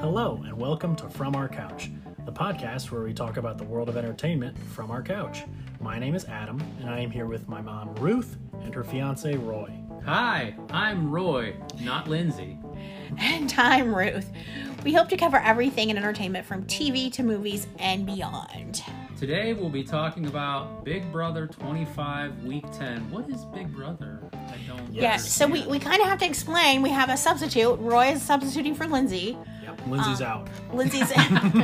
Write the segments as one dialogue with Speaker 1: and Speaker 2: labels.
Speaker 1: Hello, and welcome to From Our Couch, the podcast where we talk about the world of entertainment from our couch. My name is Adam, and I am here with my mom, Ruth, and her fiance, Roy.
Speaker 2: Hi, I'm Roy, not Lindsay.
Speaker 3: And I'm Ruth. We hope to cover everything in entertainment from TV to movies and beyond.
Speaker 2: Today we'll be talking about Big Brother 25 Week 10. What is Big Brother? I don't.
Speaker 3: Yeah, so we, we
Speaker 2: understand.
Speaker 3: kind of have to explain. We have a substitute. Roy is substituting for Lindsay.
Speaker 1: Yep, Lindsay's out.
Speaker 3: Lindsay's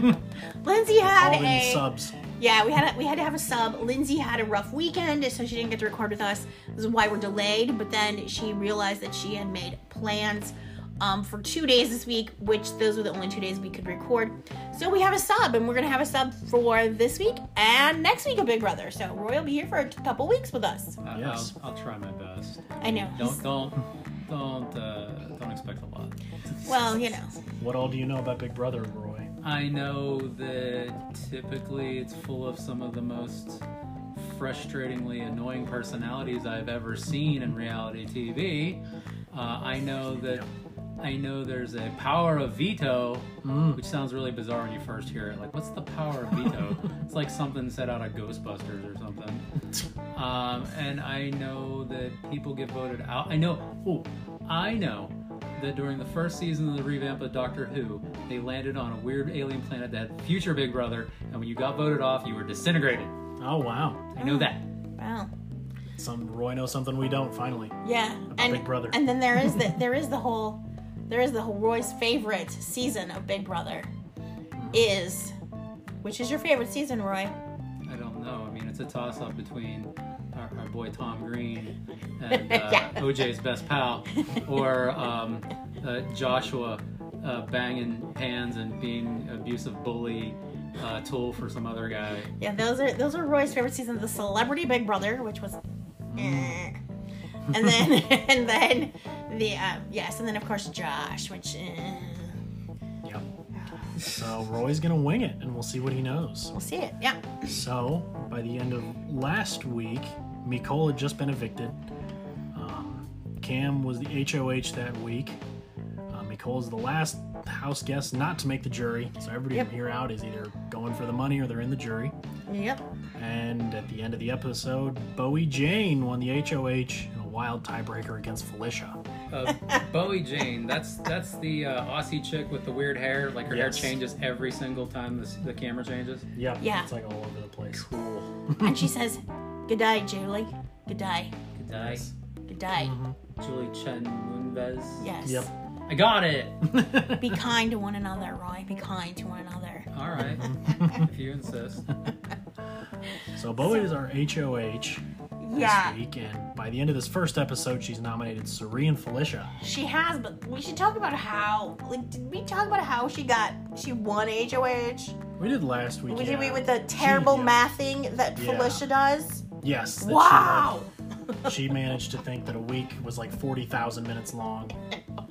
Speaker 3: Lindsay had
Speaker 1: All in
Speaker 3: a
Speaker 1: subs.
Speaker 3: yeah. We had a, we had to have a sub. Lindsay had a rough weekend, so she didn't get to record with us. This is why we're delayed. But then she realized that she had made plans um, for two days this week, which those were the only two days we could record. So we have a sub, and we're gonna have a sub for this week and next week a Big Brother. So Roy will be here for a couple weeks with us.
Speaker 2: I,
Speaker 1: Yes.
Speaker 2: I'll, I'll try my best.
Speaker 3: I know.
Speaker 2: Don't don't don't uh, don't expect a lot.
Speaker 3: Well, you know.
Speaker 1: What all do you know about Big Brother, Roy?
Speaker 2: I know that typically it's full of some of the most frustratingly annoying personalities I've ever seen in reality TV. Uh, I know that I know there's a power of veto, which sounds really bizarre when you first hear it. Like, what's the power of veto? it's like something set out of Ghostbusters or something. Um, and I know that people get voted out. I know. Oh, I know that during the first season of the revamp of Doctor Who, they landed on a weird alien planet that had future Big Brother, and when you got voted off, you were disintegrated.
Speaker 1: Oh, wow.
Speaker 2: I know that.
Speaker 3: Wow.
Speaker 1: Some Roy knows something we don't, finally.
Speaker 3: Yeah. And
Speaker 1: Big Brother.
Speaker 3: And then there is the there is the whole there is the whole Roy's favorite season of Big Brother is which is your favorite season, Roy?
Speaker 2: I don't know. I mean, it's a toss-up between our, our boy Tom Green and uh,
Speaker 3: Yeah.
Speaker 2: OJ's best pal, or um, uh, Joshua uh, banging hands and being abusive bully uh, tool for some other guy.
Speaker 3: Yeah, those are those are Roy's favorite season, the Celebrity Big Brother, which was eh. and then and then the uh, yes, and then of course Josh, which eh.
Speaker 1: Yep. So Roy's gonna wing it, and we'll see what he knows.
Speaker 3: we'll see it. Yeah.
Speaker 1: So, by the end of last week, Nicole had just been evicted. Um, Cam was the HOH that week. Um, Nicole's the last house guest not to make the jury, so everybody
Speaker 3: Yep.
Speaker 1: from here out is either going for the money or they're in the jury.
Speaker 3: Yep.
Speaker 1: And at the end of the episode, Bowie Jane won the HOH in a wild tiebreaker against Felicia.
Speaker 2: Uh, Bowie Jane, that's that's the uh, Aussie chick with the weird hair. Like her
Speaker 1: Yes.
Speaker 2: hair changes every single time the, the camera changes.
Speaker 1: Yeah,
Speaker 3: Yeah.
Speaker 1: it's like all over the place. Cool.
Speaker 3: and she says, "Good day, Julie. Good day.
Speaker 2: Good day.
Speaker 1: Yes.
Speaker 3: Good day.
Speaker 2: Julie Chen Moonves.
Speaker 3: Yes.
Speaker 1: Mm-hmm. Yep.
Speaker 2: I got it.
Speaker 3: Be kind to one another, Roy. Be kind to one another.
Speaker 2: All right, if you insist.
Speaker 1: So Bowie is our HOH
Speaker 3: Yeah,
Speaker 1: this week, and by the end of this first episode, she's nominated Suri and Felicia.
Speaker 3: she has, but we should talk about how. Like, did we talk about how she got she won HOH?
Speaker 1: We did last week.
Speaker 3: We
Speaker 1: yeah.
Speaker 3: did we with the terrible
Speaker 1: yeah.
Speaker 3: math thing that
Speaker 1: Yeah.
Speaker 3: Felicia does.
Speaker 1: Yes. that she, like,
Speaker 3: Wow.
Speaker 1: She, managed to think that a week was like forty thousand minutes long. Um,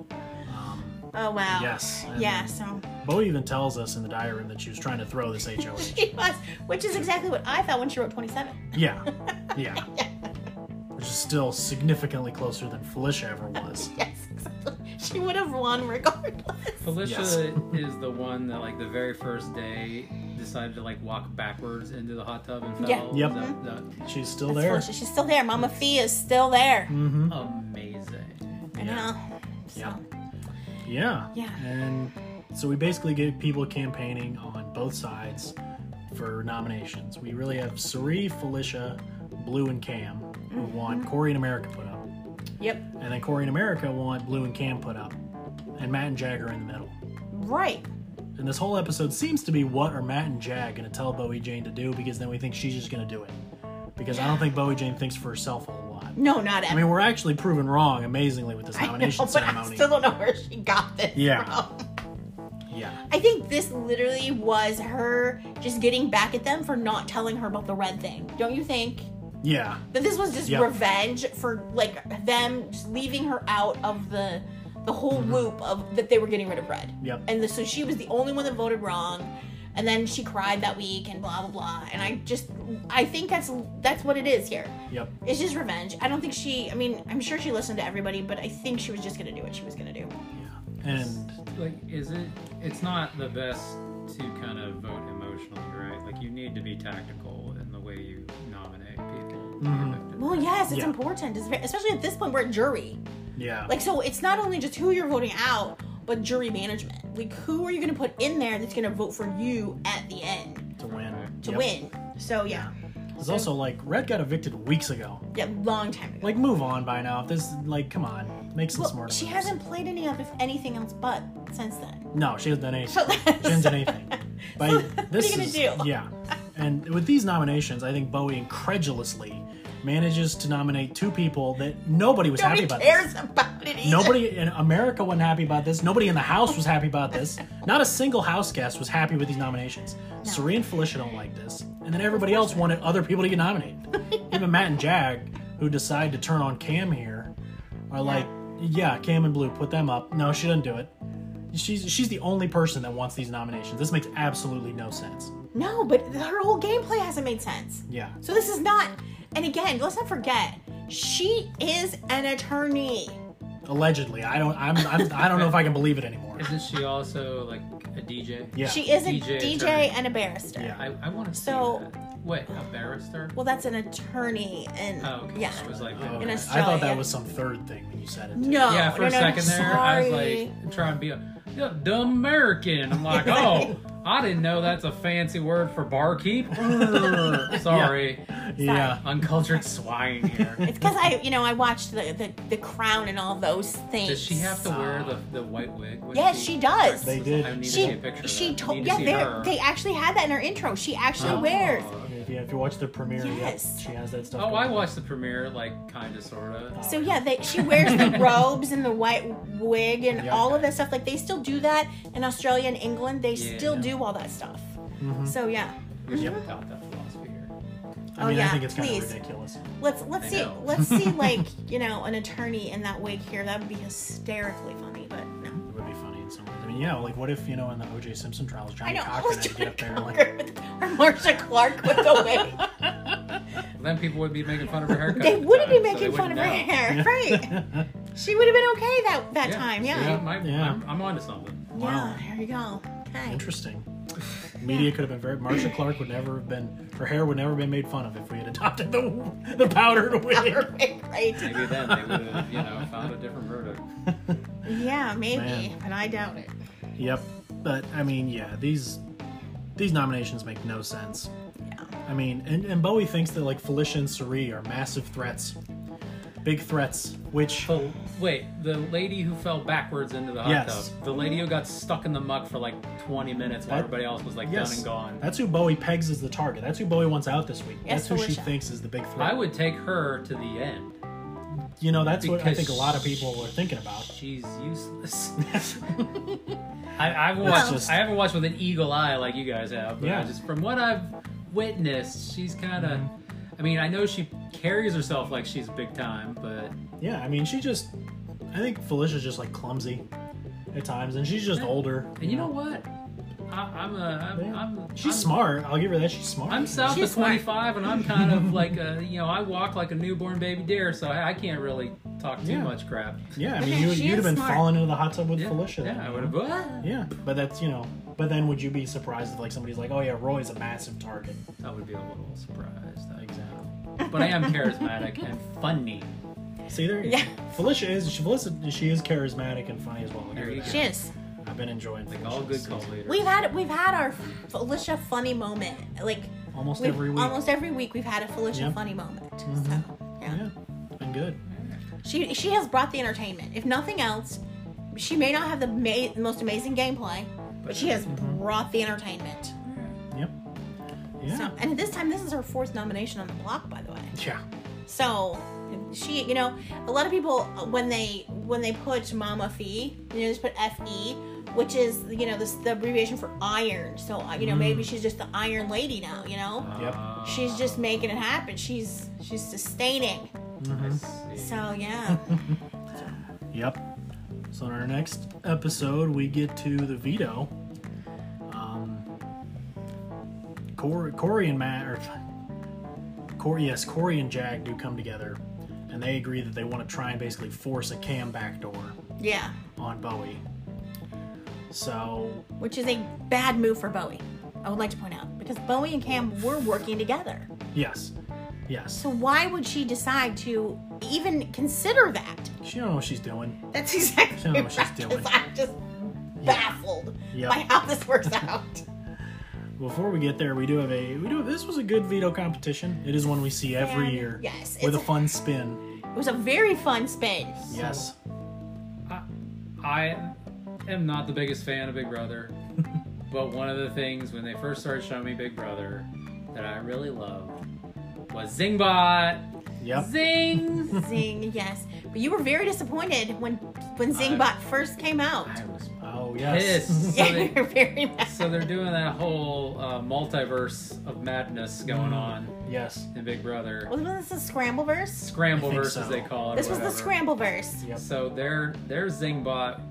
Speaker 3: Oh wow.
Speaker 1: yes. and
Speaker 3: Yeah. So
Speaker 1: Bo even tells us in the diary room that she was trying to throw this HOH.
Speaker 3: she was, which is exactly what I thought when she wrote twenty-seven.
Speaker 1: yeah. Yeah. Which is still significantly closer than Felicia ever was.
Speaker 3: Yes. exactly. She would have won regardless.
Speaker 2: Felicia
Speaker 1: Yes.
Speaker 2: is the one that, like, the very first day decided to like walk backwards into the hot tub and fell.
Speaker 3: Yeah.
Speaker 1: Yep.
Speaker 2: That- that-
Speaker 1: She's still
Speaker 3: That's
Speaker 1: there.
Speaker 3: Felicia. She's still there. Mama Fee is still there.
Speaker 1: Mm-hmm.
Speaker 2: amazing.
Speaker 3: I
Speaker 1: Yeah.
Speaker 3: know. So.
Speaker 1: Yep. Yeah.
Speaker 3: Yeah.
Speaker 1: And so we basically get people campaigning on both sides for nominations. We really have Suri, Felicia, Blue, and Cam, who
Speaker 3: Mm-hmm.
Speaker 1: want Corey and America put up.
Speaker 3: Yep.
Speaker 1: And then Corey and America want Blue and Cam put up. And Matt and Jag are in the middle.
Speaker 3: Right.
Speaker 1: And this whole episode seems to be what are Matt and Jag going to tell Bowie Jane to do because then we think she's just going to do it. Because I don't think Bowie Jane thinks for herself a whole lot.
Speaker 3: No, not ever.
Speaker 1: I mean, we're actually proven wrong amazingly with this
Speaker 3: I
Speaker 1: nomination
Speaker 3: know, but I
Speaker 1: ceremony.
Speaker 3: still don't know where she got this
Speaker 1: Yeah.
Speaker 3: from.
Speaker 1: yeah.
Speaker 3: I think this literally was her just getting back at them for not telling her about the red thing. Don't you think?
Speaker 1: Yeah.
Speaker 3: That this was just
Speaker 1: Yeah.
Speaker 3: revenge for like them just leaving her out of the the whole
Speaker 1: Mm-hmm.
Speaker 3: loop of that they were getting rid of red.
Speaker 1: Yep.
Speaker 3: And the, so she was the only one that voted wrong. And then she cried that week and blah blah blah. And I just I think that's that's what it is here.
Speaker 1: Yep.
Speaker 3: It's just revenge. I don't think she I mean, I'm sure she listened to everybody, but I think she was just gonna do what she was gonna do.
Speaker 1: Yeah. And And
Speaker 2: Like, is it? It's not the best to kind of vote emotionally, right? Like, you need to be tactical in the way you nominate people. to be
Speaker 1: Mhm.
Speaker 2: elected.
Speaker 3: Well, yes, it's
Speaker 1: Yeah.
Speaker 3: important, it's ve- especially at this point we're at jury.
Speaker 1: yeah,
Speaker 3: Like, so it's not only just who you're voting out, but jury management. Like, who are you going to put in there that's going to vote for you at the end
Speaker 1: to win.
Speaker 3: to
Speaker 1: Yep.
Speaker 3: win? So yeah,
Speaker 1: It's also like Red got evicted weeks ago.
Speaker 3: yeah, long time ago.
Speaker 1: Like move on by now. If this like come on, make some
Speaker 3: Well,
Speaker 1: smart.
Speaker 3: she
Speaker 1: moves.
Speaker 3: hasn't played any of if anything else but since then.
Speaker 1: No, she hasn't done anything.
Speaker 3: So that's
Speaker 1: She hasn't done anything. But
Speaker 3: So what are
Speaker 1: this
Speaker 3: you gonna
Speaker 1: is,
Speaker 3: do?
Speaker 1: Yeah. And with these nominations, I think Bowie incredulously manages to nominate two people that nobody was
Speaker 3: nobody
Speaker 1: happy about.
Speaker 3: cares about it. Either.
Speaker 1: Nobody in America wasn't happy about this. Nobody in the house was happy about this. Not a single house guest was happy with these nominations. Sari and Felicia don't like this. And then everybody else wanted other people to get nominated. Even Matt and Jag, who decide to turn on Cam here, are like, yeah, Cam and Blue, put them up. No, she doesn't do it. She's she's the only person that wants these nominations. This makes absolutely no sense.
Speaker 3: No, but her whole gameplay hasn't made sense.
Speaker 1: Yeah.
Speaker 3: So this is not. And again, let's not forget, she is an attorney.
Speaker 1: Allegedly. I don't I'm, I'm I don't know if I can believe it anymore.
Speaker 2: Isn't she also like a DJ?
Speaker 1: Yeah.
Speaker 3: She is a
Speaker 2: DJ
Speaker 3: DJ,
Speaker 2: attorney.
Speaker 3: and a barrister.
Speaker 1: Yeah.
Speaker 2: I, I want to
Speaker 3: So-
Speaker 2: see that. Wait, a barrister?
Speaker 3: Well, that's an attorney, and
Speaker 2: Oh, okay.
Speaker 3: yeah.
Speaker 2: She was like,
Speaker 1: Oh,
Speaker 3: In
Speaker 1: I
Speaker 3: Australia.
Speaker 1: thought that was some third thing when you said it.
Speaker 3: No.
Speaker 2: yeah, for
Speaker 3: no,
Speaker 2: a
Speaker 3: no, no,
Speaker 2: second there, I was
Speaker 3: sorry.
Speaker 2: like trying to be a yeah, the American. I'm like, oh, I didn't know that's a fancy word for barkeep. Brr. Sorry,
Speaker 1: Yeah.
Speaker 2: uncultured swine here.
Speaker 3: It's because I, you know, I watched the, the the Crown and all those things.
Speaker 2: Does she have to wear the, the white wig? when
Speaker 3: Yes, she does.
Speaker 1: They
Speaker 2: I
Speaker 1: did.
Speaker 2: need to see a
Speaker 3: She
Speaker 2: picture.
Speaker 3: she
Speaker 2: of that. I
Speaker 3: told
Speaker 2: need
Speaker 3: yeah
Speaker 2: to see her.
Speaker 3: they they actually had that in her intro. She actually
Speaker 2: Oh.
Speaker 3: wears.
Speaker 1: If you, if you watch the premiere, yep,
Speaker 3: Yes.
Speaker 1: she has that stuff.
Speaker 2: Oh,
Speaker 1: going
Speaker 2: I
Speaker 1: on.
Speaker 2: watched the premiere, like kind of, sort of.
Speaker 3: So yeah, they, she wears the robes and the white wig and
Speaker 1: Yeah.
Speaker 3: all of that stuff. Like they still do that in Australia and England. They
Speaker 2: Yeah.
Speaker 3: still do all that stuff. So yeah,
Speaker 2: We should have taught that philosophy here.
Speaker 1: I
Speaker 3: Oh,
Speaker 1: mean,
Speaker 3: yeah,
Speaker 1: I think it's kind
Speaker 3: please.
Speaker 1: of ridiculous.
Speaker 3: let's let's
Speaker 2: I
Speaker 3: see
Speaker 2: know.
Speaker 3: let's see like you know an attorney in that wig here. That would be hysterically funny, but no.
Speaker 1: It would be funny in some ways. I mean, yeah, like what if you know in the O.J. Simpson trials,
Speaker 3: I
Speaker 1: Johnny
Speaker 3: know.
Speaker 1: Cochran
Speaker 3: Always
Speaker 1: had to get
Speaker 3: Johnny
Speaker 1: up there and, like,
Speaker 3: Cochran with- or Marsha Clark with the wig.
Speaker 2: Then people would be making fun of her haircut.
Speaker 3: They
Speaker 2: at the
Speaker 3: wouldn't be
Speaker 2: time, so they
Speaker 3: making fun of
Speaker 2: wouldn't
Speaker 3: her
Speaker 2: know.
Speaker 3: hair, right? She would have been okay that that time.
Speaker 2: so
Speaker 3: Yeah.
Speaker 2: might-
Speaker 1: Yeah.
Speaker 2: I'm, I'm onto something.
Speaker 1: Wow.
Speaker 3: Yeah. There you go. Okay.
Speaker 1: interesting. Media could have been very. Marsha Clark would never have been. Her hair would never have been made fun of if we had adopted the the powdered wig.
Speaker 3: Right.
Speaker 2: Maybe then they would have, you know, found a different verdict.
Speaker 3: Yeah, maybe,
Speaker 1: Man.
Speaker 3: but I doubt it.
Speaker 1: Yep. But I mean, yeah, these these nominations make no sense.
Speaker 3: Yeah.
Speaker 1: I mean, and, and Bowie thinks that like Felicia and Sari are massive threats, big threats, which
Speaker 2: So wait, the lady who fell backwards into the hot
Speaker 1: Yes.
Speaker 2: tub, the lady who got stuck in the muck for like 20 minutes while
Speaker 1: That-
Speaker 2: everybody else was like
Speaker 1: yes,
Speaker 2: done and gone.
Speaker 1: that's who Bowie pegs as the target. That's who Bowie wants out this week. that's
Speaker 3: Yes,
Speaker 1: who she
Speaker 3: Felicia.
Speaker 1: thinks is the big threat.
Speaker 2: I would take her to the end.
Speaker 1: You know, that's what I
Speaker 2: Because
Speaker 1: think a lot of people are thinking about.
Speaker 2: She's useless. I, I've watched.
Speaker 1: just-
Speaker 2: I haven't watched with an eagle eye like you guys have, but I
Speaker 1: Yeah.
Speaker 2: just from what I've witnessed, she's kind of.
Speaker 1: Mm-hmm.
Speaker 2: I mean, I know she carries herself like she's big time, but
Speaker 1: Yeah, I mean, she just. I think Felicia's just like clumsy at times, and she's just older.
Speaker 2: and you know what? I, I'm a. I'm,
Speaker 1: Yeah.
Speaker 2: I'm,
Speaker 1: She's
Speaker 2: I'm-
Speaker 1: smart. I'll give her that. She's smart.
Speaker 2: I'm south
Speaker 3: She's
Speaker 2: of
Speaker 3: smart.
Speaker 2: 25, and I'm kind of like a, you know, I walk like a newborn baby deer, so I, I can't really talk too
Speaker 1: Yeah.
Speaker 2: much crap.
Speaker 1: Yeah, I
Speaker 3: Okay,
Speaker 1: mean, you,
Speaker 3: she
Speaker 1: you'd have
Speaker 3: is
Speaker 1: been
Speaker 3: smart.
Speaker 1: falling into the hot tub with
Speaker 2: Yeah,
Speaker 1: Felicia. then,
Speaker 2: yeah I
Speaker 1: you
Speaker 2: would
Speaker 1: know?
Speaker 2: have.
Speaker 1: Yeah, but that's you know. But then, would you be surprised if like somebody's like, "Oh yeah, Roy's a massive target."
Speaker 2: I would be a little surprised. Exactly. But I am charismatic and funny.
Speaker 1: See there? you
Speaker 3: Yeah.
Speaker 1: go. Felicia is she Felicia she is charismatic and funny as well. I'll give
Speaker 2: There
Speaker 1: her
Speaker 2: you
Speaker 1: that.
Speaker 3: She is.
Speaker 1: I've been enjoying
Speaker 2: Like
Speaker 1: Felicia
Speaker 2: all
Speaker 1: this
Speaker 2: good
Speaker 1: season.
Speaker 2: cult leaders.
Speaker 3: We've had we've had our Felicia funny moment. Like
Speaker 1: Almost
Speaker 3: we've-
Speaker 1: every week.
Speaker 3: almost every week we've had a Felicia
Speaker 1: Yeah.
Speaker 3: funny moment. So yeah.
Speaker 1: yeah, been good.
Speaker 3: She she has brought the entertainment. If nothing else, she may not have the ma- most amazing gameplay, but she has brought the entertainment.
Speaker 1: Yep. Yeah.
Speaker 3: So, and at this time, this is her fourth nomination on the block, by the way.
Speaker 1: Yeah.
Speaker 3: So she, you know, a lot of people when they when they put Mama Fee, you know, they just put Fe, which is you know this the abbreviation for iron. So uh, you know maybe she's just the Iron Lady now. You know,
Speaker 1: Yep.
Speaker 2: Uh,
Speaker 3: she's just making it happen. She's she's sustaining.
Speaker 2: I see.
Speaker 3: So yeah,
Speaker 1: Yep. So in our next episode, we get to the veto. Um, Corey, Corey and Matt, or Corey, yes, Corey and Jag do come together, and they agree that they want to try and basically force a cam backdoor
Speaker 3: yeah.
Speaker 1: on Bowie. So
Speaker 3: which is a bad move for Bowie. I would like to point out because Bowie and Cam were working together.
Speaker 1: yes, yes,
Speaker 3: So why would she decide to even consider that?
Speaker 1: she don't know what she's doing.
Speaker 3: That's exactly
Speaker 1: She don't know what she's
Speaker 3: right, 'cause
Speaker 1: doing.
Speaker 3: I'm just baffled
Speaker 1: Yeah.
Speaker 3: by how this works out.
Speaker 1: Before we get there, we do have a we do this was a good veto competition. It is one we see every
Speaker 3: And-
Speaker 1: year.
Speaker 3: Um, yes,
Speaker 1: with a
Speaker 3: it's-
Speaker 1: fun spin.
Speaker 3: It was a very fun spin.
Speaker 1: Yes,
Speaker 2: I, I am not the biggest fan of Big Brother, but one of the things when they first started showing me Big Brother that I really loved was Zingbot.
Speaker 1: yep.
Speaker 2: Zing.
Speaker 3: Zing, yes. But you were very disappointed when when
Speaker 2: I-
Speaker 3: Zingbot first came out.
Speaker 2: I was
Speaker 1: Oh yes.
Speaker 2: Pissed.
Speaker 3: yeah, you were very mad.
Speaker 2: so they're doing that whole uh, multiverse of madness going on
Speaker 1: yes.
Speaker 2: in Big Brother.
Speaker 3: Wasn't this a Scrambleverse?
Speaker 2: Scramble
Speaker 1: I think
Speaker 2: verse, as
Speaker 1: so.
Speaker 2: they call it. or
Speaker 3: This was the
Speaker 2: whatever.
Speaker 3: Scrambleverse.
Speaker 1: Yep.
Speaker 2: So their their Zingbot,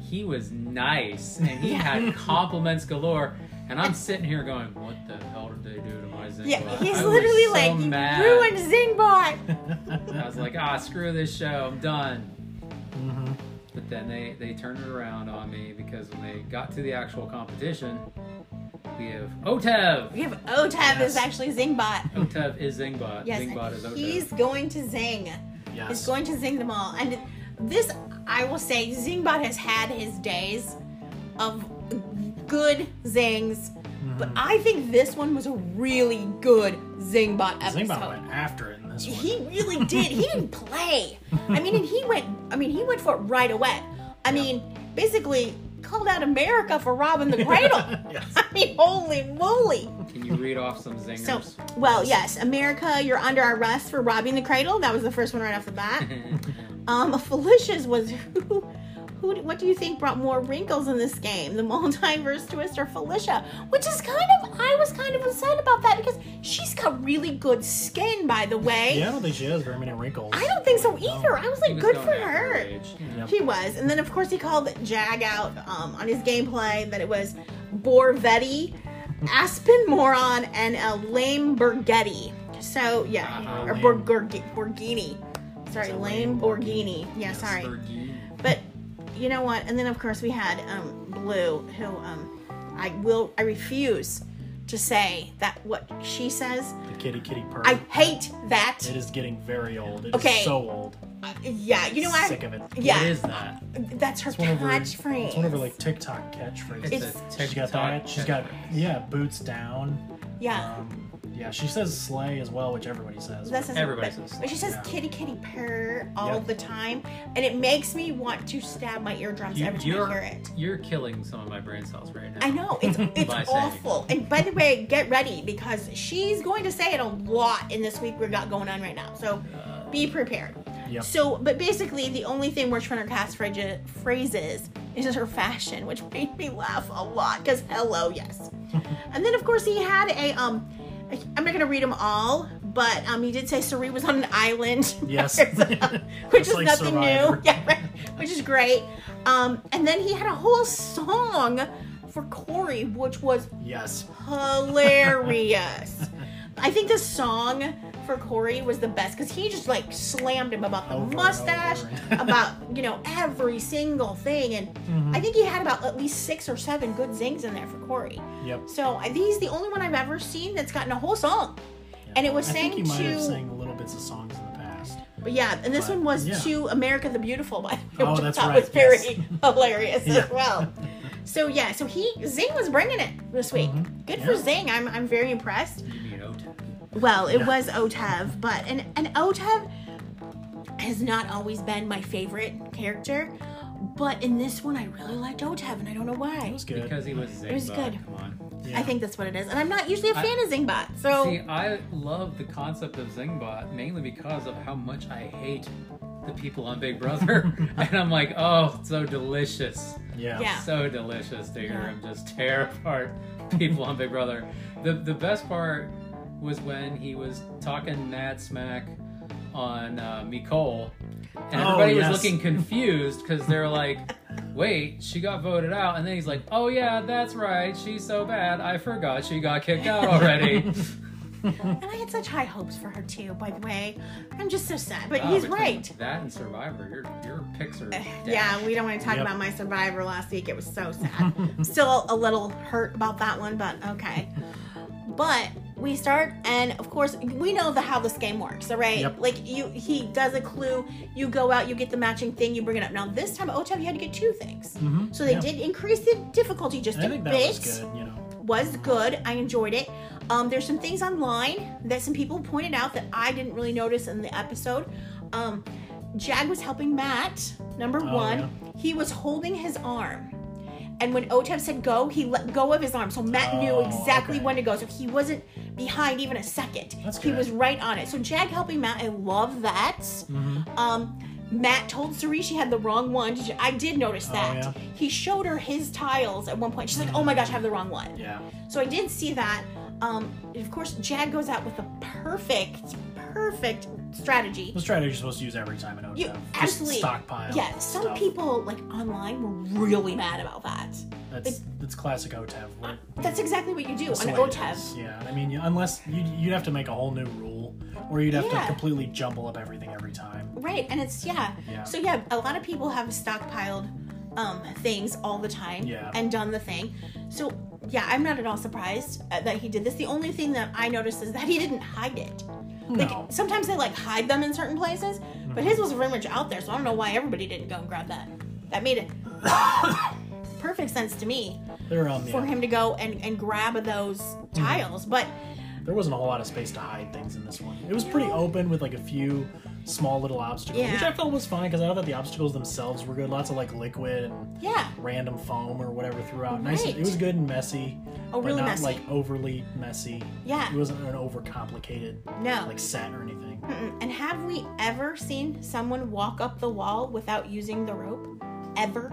Speaker 2: he was nice and he
Speaker 3: Yeah.
Speaker 2: had compliments galore. And I'm sitting here going, what the hell did they do to my Zingbot?
Speaker 3: Yeah, he's
Speaker 2: I was
Speaker 3: literally
Speaker 2: so
Speaker 3: like,
Speaker 2: mad.
Speaker 3: you ruined Zingbot.
Speaker 2: I was like, ah, screw this show, I'm done.
Speaker 1: hmm
Speaker 2: But then they they turned it around on me because when they got to the actual competition, we have Otev.
Speaker 3: We have Otev
Speaker 1: Yes.
Speaker 3: is actually Zingbot.
Speaker 2: Otev is Zingbot.
Speaker 3: Yes,
Speaker 2: Zingbot is Otev.
Speaker 3: he's going to zing. He's
Speaker 1: Yes.
Speaker 3: going to zing them all. And this, I will say, Zingbot has had his days of good zings, but
Speaker 1: Mm-hmm.
Speaker 3: I think this one was a really good Zingbot episode.
Speaker 1: Zingbot went after it in this one.
Speaker 3: He really did. He didn't play. I mean, and he went. I mean, he went for it right away. I mean, basically called out America for robbing the cradle.
Speaker 1: yes.
Speaker 3: I mean, holy moly.
Speaker 2: Can you read off some zingers?
Speaker 3: So, well, yes, America, you're under arrest for robbing the cradle. That was the first one right off the bat. Um, Felicia's was who? Who? What do you think brought more wrinkles in this game, the multiverse twist or Felicia? Which is kind of I was kind of upset about that because she's got really good skin, by the way.
Speaker 1: Yeah, I don't think she has very many wrinkles.
Speaker 3: I don't think so either. I was
Speaker 2: He was
Speaker 3: like, good
Speaker 2: going
Speaker 3: for
Speaker 2: after
Speaker 3: her.
Speaker 2: age.
Speaker 1: Yep.
Speaker 3: He was, and then of course he called Jag out um, on his gameplay that it was Borvetti, Aspen Moron, and a lame Borghetti. So yeah,
Speaker 2: Uh-huh,
Speaker 3: or
Speaker 1: lame.
Speaker 3: Bor- Gorg- Borghini. Sorry,
Speaker 1: Uh, It's a
Speaker 3: lame
Speaker 1: lame
Speaker 3: Borghini. Yeah,
Speaker 1: Yes,
Speaker 3: sorry.
Speaker 2: Fergie.
Speaker 3: But you know what? And then of course we had um, Blue, who um, I will I refuse to say that what she says.
Speaker 1: The kitty kitty purr.
Speaker 3: I hate that.
Speaker 1: It is getting very old. It is
Speaker 3: Okay.
Speaker 1: so old.
Speaker 3: Yeah, you know what?
Speaker 1: Sick of it.
Speaker 2: What
Speaker 3: Yeah,
Speaker 2: is that?
Speaker 3: that's her
Speaker 1: It's one of her.
Speaker 3: catchphrase.
Speaker 1: It's one of her like TikTok catchphrases.
Speaker 3: It's-
Speaker 2: a
Speaker 1: She's got that. She's got yeah, boots down.
Speaker 3: yeah.
Speaker 1: Um, yeah, she says sleigh as well, which everybody says.
Speaker 3: That's just-
Speaker 2: Everybody
Speaker 3: but,
Speaker 2: says
Speaker 3: but she says
Speaker 1: yeah.
Speaker 3: kitty kitty purr all
Speaker 1: Yeah.
Speaker 3: the time, and it makes me want to stab my eardrums every time
Speaker 2: you're,
Speaker 3: I hear it.
Speaker 2: you're killing some of my brain cells right now.
Speaker 3: I know it's it's
Speaker 2: By saying-
Speaker 3: awful. And by the way, get ready because she's going to say it a lot in this week we've got going on right now. So be prepared.
Speaker 1: Yep.
Speaker 3: So, but basically, the only thing worse from her cast phrases phrases is her fashion, which made me laugh a lot. Cause hello, yes. and then of course he had a um, I- I'm not gonna read them all, but um, he did say Sari was on an island.
Speaker 1: Yes.
Speaker 3: which
Speaker 1: It's
Speaker 3: is
Speaker 1: like
Speaker 3: nothing
Speaker 1: Survivor.
Speaker 3: new. Yeah, right. Which is great. Um, and then he had a whole song for Corey, which was
Speaker 1: Yes.
Speaker 3: hilarious. I think the song for Corey was the best because he just like slammed him about the
Speaker 1: Over and
Speaker 3: mustache,
Speaker 1: over.
Speaker 3: about you know every single thing, and
Speaker 1: Mm-hmm.
Speaker 3: I think he had about at least six or seven good zings in there for Corey.
Speaker 1: Yep.
Speaker 3: So I- he's the only one I've ever seen that's gotten a whole song. And it was
Speaker 1: I think
Speaker 3: sang
Speaker 1: he might
Speaker 3: to,
Speaker 1: have sang little bits of songs in the past.
Speaker 3: but yeah, and this
Speaker 1: But,
Speaker 3: one was
Speaker 1: yeah.
Speaker 3: to America the Beautiful, by the way,
Speaker 1: Oh,
Speaker 3: which
Speaker 1: that's
Speaker 3: I thought
Speaker 1: right,
Speaker 3: was very
Speaker 1: yes.
Speaker 3: hilarious
Speaker 1: Yeah.
Speaker 3: as well. So yeah, so he Zing was bringing it this week. Good for
Speaker 1: Mm-hmm. Yeah.
Speaker 3: Zing. I'm I'm very impressed.
Speaker 2: You mean Otev.
Speaker 3: Well, it
Speaker 1: Yeah.
Speaker 3: was Otev, but and and Otev has not always been my favorite character, but in this one I really liked Otev, and I don't know
Speaker 1: It
Speaker 3: why.
Speaker 1: was good.
Speaker 2: Because he was Zingbot.
Speaker 3: It was good.
Speaker 2: Come on.
Speaker 1: Yeah.
Speaker 3: I think that's what it is, and I'm not usually a
Speaker 2: I-
Speaker 3: fan of Zingbot, so
Speaker 2: See, I love the concept of Zingbot mainly because of how much I hate the people on Big Brother. and I'm like, oh, it's so delicious.
Speaker 1: Yeah.
Speaker 3: Yeah.
Speaker 2: So delicious to hear
Speaker 3: Yeah.
Speaker 2: him just tear apart people on Big Brother. The the best part was when he was talking mad smack on uh, Nicole, and
Speaker 1: Oh,
Speaker 2: everybody
Speaker 1: yes.
Speaker 2: was looking confused because they're like, "Wait, she got voted out," and then he's like, "Oh yeah, that's right, she's so bad, I forgot she got kicked out already."
Speaker 3: and I had such high hopes for her too. By the way, I'm just so sad. But
Speaker 2: Ah,
Speaker 1: Oh,
Speaker 3: he's
Speaker 2: between
Speaker 3: right.
Speaker 2: That and Survivor, your your picks are.
Speaker 3: Yeah, we don't want to talk
Speaker 1: Yep.
Speaker 3: about my survivor last week. It was so sad. I'm Still a little hurt about that one, but okay. But we start, and of course, we know the how this game works, all right?
Speaker 1: Yep.
Speaker 3: Like you, he does a clue. You go out, you get the matching thing, you bring it up. Now this time, OTEP, you had to get two things,
Speaker 1: Mhm,
Speaker 3: so they
Speaker 1: yeah.
Speaker 3: did increase the difficulty just
Speaker 1: And I
Speaker 3: a
Speaker 1: think that
Speaker 3: bit
Speaker 1: was good, you know.
Speaker 3: was good. I enjoyed it. Um, there's some things online that some people pointed out that I didn't really notice in the episode. Um, Jag was helping Matt, number
Speaker 1: Oh,
Speaker 3: one.
Speaker 1: yeah.
Speaker 3: He was holding his arm. And when Otep said go, he let go of his arm. So Matt knew
Speaker 1: Oh,
Speaker 3: exactly
Speaker 1: okay.
Speaker 3: when to go. So he wasn't behind even a second.
Speaker 1: That's
Speaker 3: he
Speaker 1: good.
Speaker 3: was right on it. So Jag helping Matt, I love that. Um, Matt told Suri she had the wrong one. Did you- I did notice
Speaker 1: Oh,
Speaker 3: that.
Speaker 1: yeah.
Speaker 3: He showed her his tiles at one point. She's like, oh my gosh, I have the wrong one.
Speaker 1: Yeah.
Speaker 3: So I did see that. Um, of course, Jag goes out with a perfect, perfect strategy.
Speaker 1: The strategy you're supposed to use every time in OTEP.
Speaker 3: You
Speaker 1: Just
Speaker 3: absolutely
Speaker 1: stockpile.
Speaker 3: Yeah, some
Speaker 1: stuff.
Speaker 3: people like online were really mad about that.
Speaker 1: That's that's classic OTEP. Where,
Speaker 3: That's exactly what you do
Speaker 1: that's the
Speaker 3: on
Speaker 1: way it
Speaker 3: OTEV.
Speaker 1: is. Yeah. I mean, you- unless you, you'd have to make a whole new rule, or you'd have
Speaker 3: Yeah.
Speaker 1: to completely jumble up everything every time.
Speaker 3: Right, and it's yeah.
Speaker 1: Yeah.
Speaker 3: So yeah, a lot of people have stockpiled um, things all the time
Speaker 1: Yeah.
Speaker 3: and done the thing. So yeah, I'm not at all surprised uh, that he did this. The only thing that I noticed is that he didn't hide it. Like
Speaker 1: No.
Speaker 3: sometimes they like hide them in certain places, but his was very much out there, so I don't know why everybody didn't go and grab that. That made it perfect sense to me
Speaker 1: There, um,
Speaker 3: for
Speaker 1: yeah,
Speaker 3: him to go and, and grab those tiles. But
Speaker 1: there wasn't a whole lot of space to hide things in this one. It was pretty open with like a few small little obstacles, which
Speaker 3: Yeah.
Speaker 1: I felt was fine because I thought that the obstacles themselves were good. Lots of like liquid and
Speaker 3: yeah,
Speaker 1: random foam or whatever throughout. Nice.
Speaker 3: Right.
Speaker 1: It was good and messy,
Speaker 3: Oh,
Speaker 1: but
Speaker 3: really
Speaker 1: not
Speaker 3: messy.
Speaker 1: like overly messy.
Speaker 3: Yeah. Oh.
Speaker 1: It wasn't an overcomplicated
Speaker 3: no.
Speaker 1: like set or anything.
Speaker 3: Mm-mm. And have we ever seen someone walk up the wall without using the rope? Ever?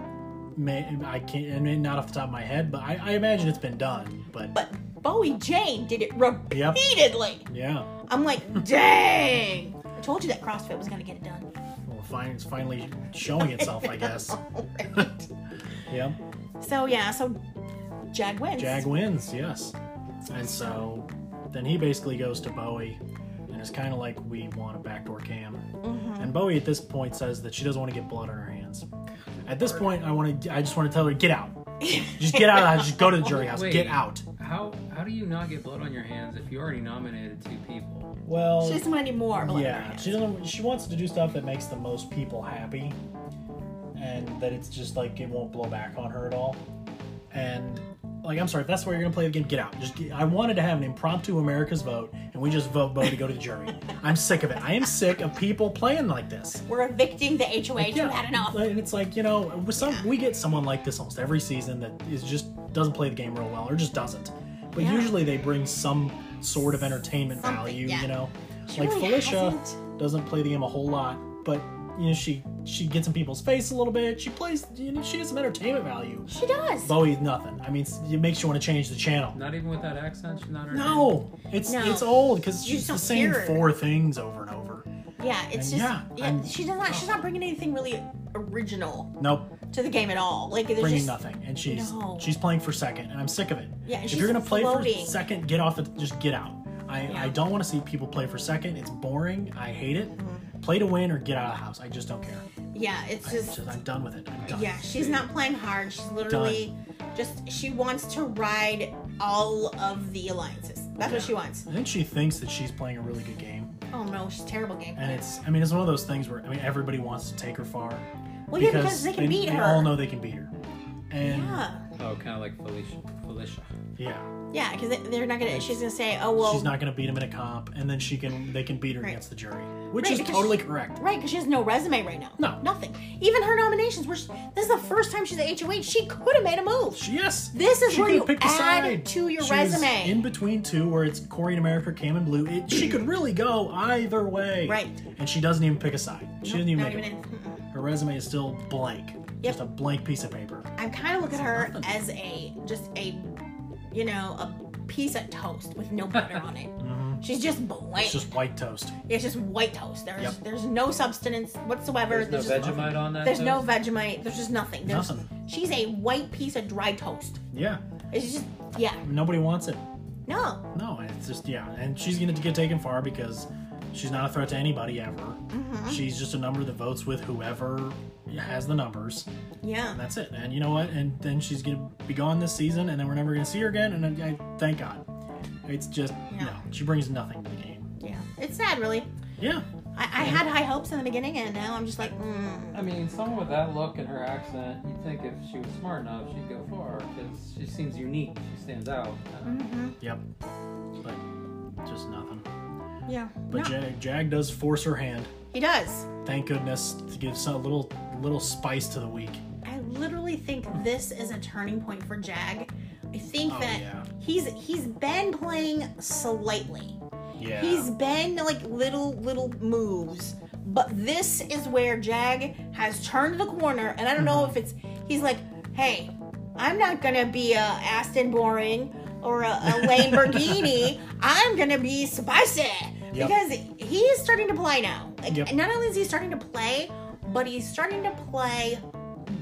Speaker 1: May, I can't. I mean, not off the top of my head, but I, I imagine it's been done. But,
Speaker 3: But Bowie Jane did it repeatedly.
Speaker 1: yeah,
Speaker 3: I'm like, dang. I told you that CrossFit was gonna get it done.
Speaker 1: well, fine, it's finally showing itself, I guess. Yeah.
Speaker 3: So yeah, so Jag wins.
Speaker 1: Jag wins, yes. And so then he basically goes to Bowie and it's kind of like, we want a backdoor cam. And Bowie at this point says that she doesn't want to get blood on her hands. At this point, I want to. I just want to tell her, get out. Just get out of the house. Just go to the jury house.
Speaker 2: Wait.
Speaker 1: Get out.
Speaker 2: How how do you not get blood on your hands if you already nominated two people?
Speaker 1: Well,
Speaker 3: She doesn't want any more. blood on her
Speaker 1: yeah,
Speaker 3: hands.
Speaker 1: she doesn't. She wants to do stuff that makes the most people happy, and that it's just like it won't blow back on her at all. And like, I'm sorry, if that's where you're gonna play the game, get out. Just get, I wanted to have an impromptu America's vote, and we just vote Bo to go to the jury. I'm sick of it. I am sick of people playing like this.
Speaker 3: We're evicting the HOH.
Speaker 1: Yeah,
Speaker 3: We've had enough.
Speaker 1: And it's like you know, with some we get someone like this almost every season that is just doesn't play the game real well or just doesn't. But
Speaker 3: Yeah.
Speaker 1: usually they bring some sort of entertainment
Speaker 3: Something,
Speaker 1: value,
Speaker 3: yeah.
Speaker 1: you know.
Speaker 3: She
Speaker 1: like
Speaker 3: really
Speaker 1: Felicia
Speaker 3: hasn't.
Speaker 1: doesn't play the game a whole lot, but you know she she gets in people's face a little bit. She plays, you know, she has some entertainment value.
Speaker 3: She does.
Speaker 1: Bowie's nothing. I mean, it's- it makes you want to change the channel.
Speaker 2: Not even with that accent, she's not. her name.
Speaker 1: No, it's
Speaker 3: No.
Speaker 1: it's old because
Speaker 3: You
Speaker 1: she's the
Speaker 3: don't
Speaker 1: same
Speaker 3: hear it.
Speaker 1: four things over and over.
Speaker 3: yeah, it's
Speaker 1: And
Speaker 3: just
Speaker 1: yeah,
Speaker 3: yeah.
Speaker 1: I'm-
Speaker 3: she does not. She's not bringing anything really original
Speaker 1: Nope.
Speaker 3: to the game at all. Like there's
Speaker 1: bringing
Speaker 3: just
Speaker 1: nothing, and she's
Speaker 3: No.
Speaker 1: she's playing for second, and I'm sick of it.
Speaker 3: Yeah, and
Speaker 1: if
Speaker 3: she's
Speaker 1: you're gonna play
Speaker 3: floating.
Speaker 1: for second, get off it. Just get out. I,
Speaker 3: Yeah.
Speaker 1: I don't want to see people play for second. It's boring. I hate it. Play to win or get out of the house. I just don't care.
Speaker 3: yeah. It's
Speaker 1: It's
Speaker 3: Mm-hmm. just
Speaker 1: just- I'm done with it. I'm done.
Speaker 3: Yeah, she's not playing hard. She's literally just she wants to ride all of the alliances. That's what she wants.
Speaker 1: I think she thinks that she's playing a really good game,
Speaker 3: Oh no, she's a terrible game.
Speaker 1: and it's I mean it's one of those things where I mean everybody wants to take her far
Speaker 3: Well, yeah, because they can beat
Speaker 1: they
Speaker 3: her.
Speaker 1: all know they can beat her, and yeah,
Speaker 3: Yeah,
Speaker 2: Oh, kind of like Felicia. Felicia.
Speaker 3: yeah, because they're not gonna. She's gonna say, oh well,
Speaker 1: she's not gonna beat him in a comp, and then she can they can beat her
Speaker 3: Right.
Speaker 1: against the jury, which
Speaker 3: Right,
Speaker 1: is
Speaker 3: because
Speaker 1: totally
Speaker 3: she-
Speaker 1: correct.
Speaker 3: right? Because she has no resume right now.
Speaker 1: No.
Speaker 3: nothing. Even her nominations were. This is the first time she's at HOH. She could have made a move.
Speaker 1: She- yes,
Speaker 3: This is
Speaker 1: she
Speaker 3: where
Speaker 1: could
Speaker 3: you
Speaker 1: pick a
Speaker 3: add
Speaker 1: side.
Speaker 3: to your
Speaker 1: She was
Speaker 3: resume.
Speaker 1: in between two, where it's Corey in America, Cam in Blue. It, she could really go either way,
Speaker 3: Right.
Speaker 1: And she doesn't even pick a side. She doesn't even
Speaker 3: Not
Speaker 1: make
Speaker 3: even
Speaker 1: it.
Speaker 3: in- mm-mm.
Speaker 1: Her resume is still blank, just a blank piece of paper.
Speaker 3: I kind of look at her as a just a, you know, a piece of toast with no butter on it. She's just blank.
Speaker 1: It's Mm-hmm. just white toast.
Speaker 3: It's just white toast. There's
Speaker 1: Yep.
Speaker 3: there's no substance whatsoever.
Speaker 4: There's no
Speaker 3: just-
Speaker 4: veg-
Speaker 2: Vegemite on that.
Speaker 3: there's no
Speaker 2: toast?
Speaker 3: Vegemite. There's just nothing. There's,
Speaker 1: Nothing.
Speaker 3: She's a white piece of dry toast.
Speaker 1: Yeah,
Speaker 3: It's just yeah.
Speaker 1: nobody wants it.
Speaker 3: No.
Speaker 1: No, it's just yeah, and she's gonna get taken far because she's not a threat to anybody ever.
Speaker 3: Uh-huh. Mm-hmm.
Speaker 1: She's just a number that votes with whoever has the numbers,
Speaker 3: Yeah.
Speaker 1: and that's it. And you know what? And then she's gonna be gone this season, and then we're never gonna see her again. And then, I, thank God. It's just
Speaker 3: Yeah.
Speaker 1: no, she brings nothing to the game.
Speaker 3: Yeah. It's sad, really.
Speaker 1: Yeah,
Speaker 3: I, I had high hopes in the beginning, and now I'm just like, mm.
Speaker 2: I mean, someone with that look and her accent, you'd think if she was smart enough, she'd go far because she seems unique. She stands out.
Speaker 3: hmm
Speaker 1: yep, but just nothing.
Speaker 3: Yeah.
Speaker 1: But
Speaker 3: No,
Speaker 1: Jag, Jag does force her hand.
Speaker 3: he does.
Speaker 1: Thank goodness to give some a little little spice to the week.
Speaker 3: I literally think this is a turning point for Jag. I think
Speaker 1: Oh,
Speaker 3: that
Speaker 1: yeah.
Speaker 3: he's he's been playing slightly.
Speaker 1: Yeah,
Speaker 3: He's been like little little moves, but this is where Jag has turned the corner, and I don't know if it's he's like, hey, I'm not gonna be a Aston Boring or a, a Lamborghini. I'm gonna be spicy
Speaker 1: Yep.
Speaker 3: because he is starting to play now. Like,
Speaker 1: Yep.
Speaker 3: Not only is he starting to play, but he's starting to play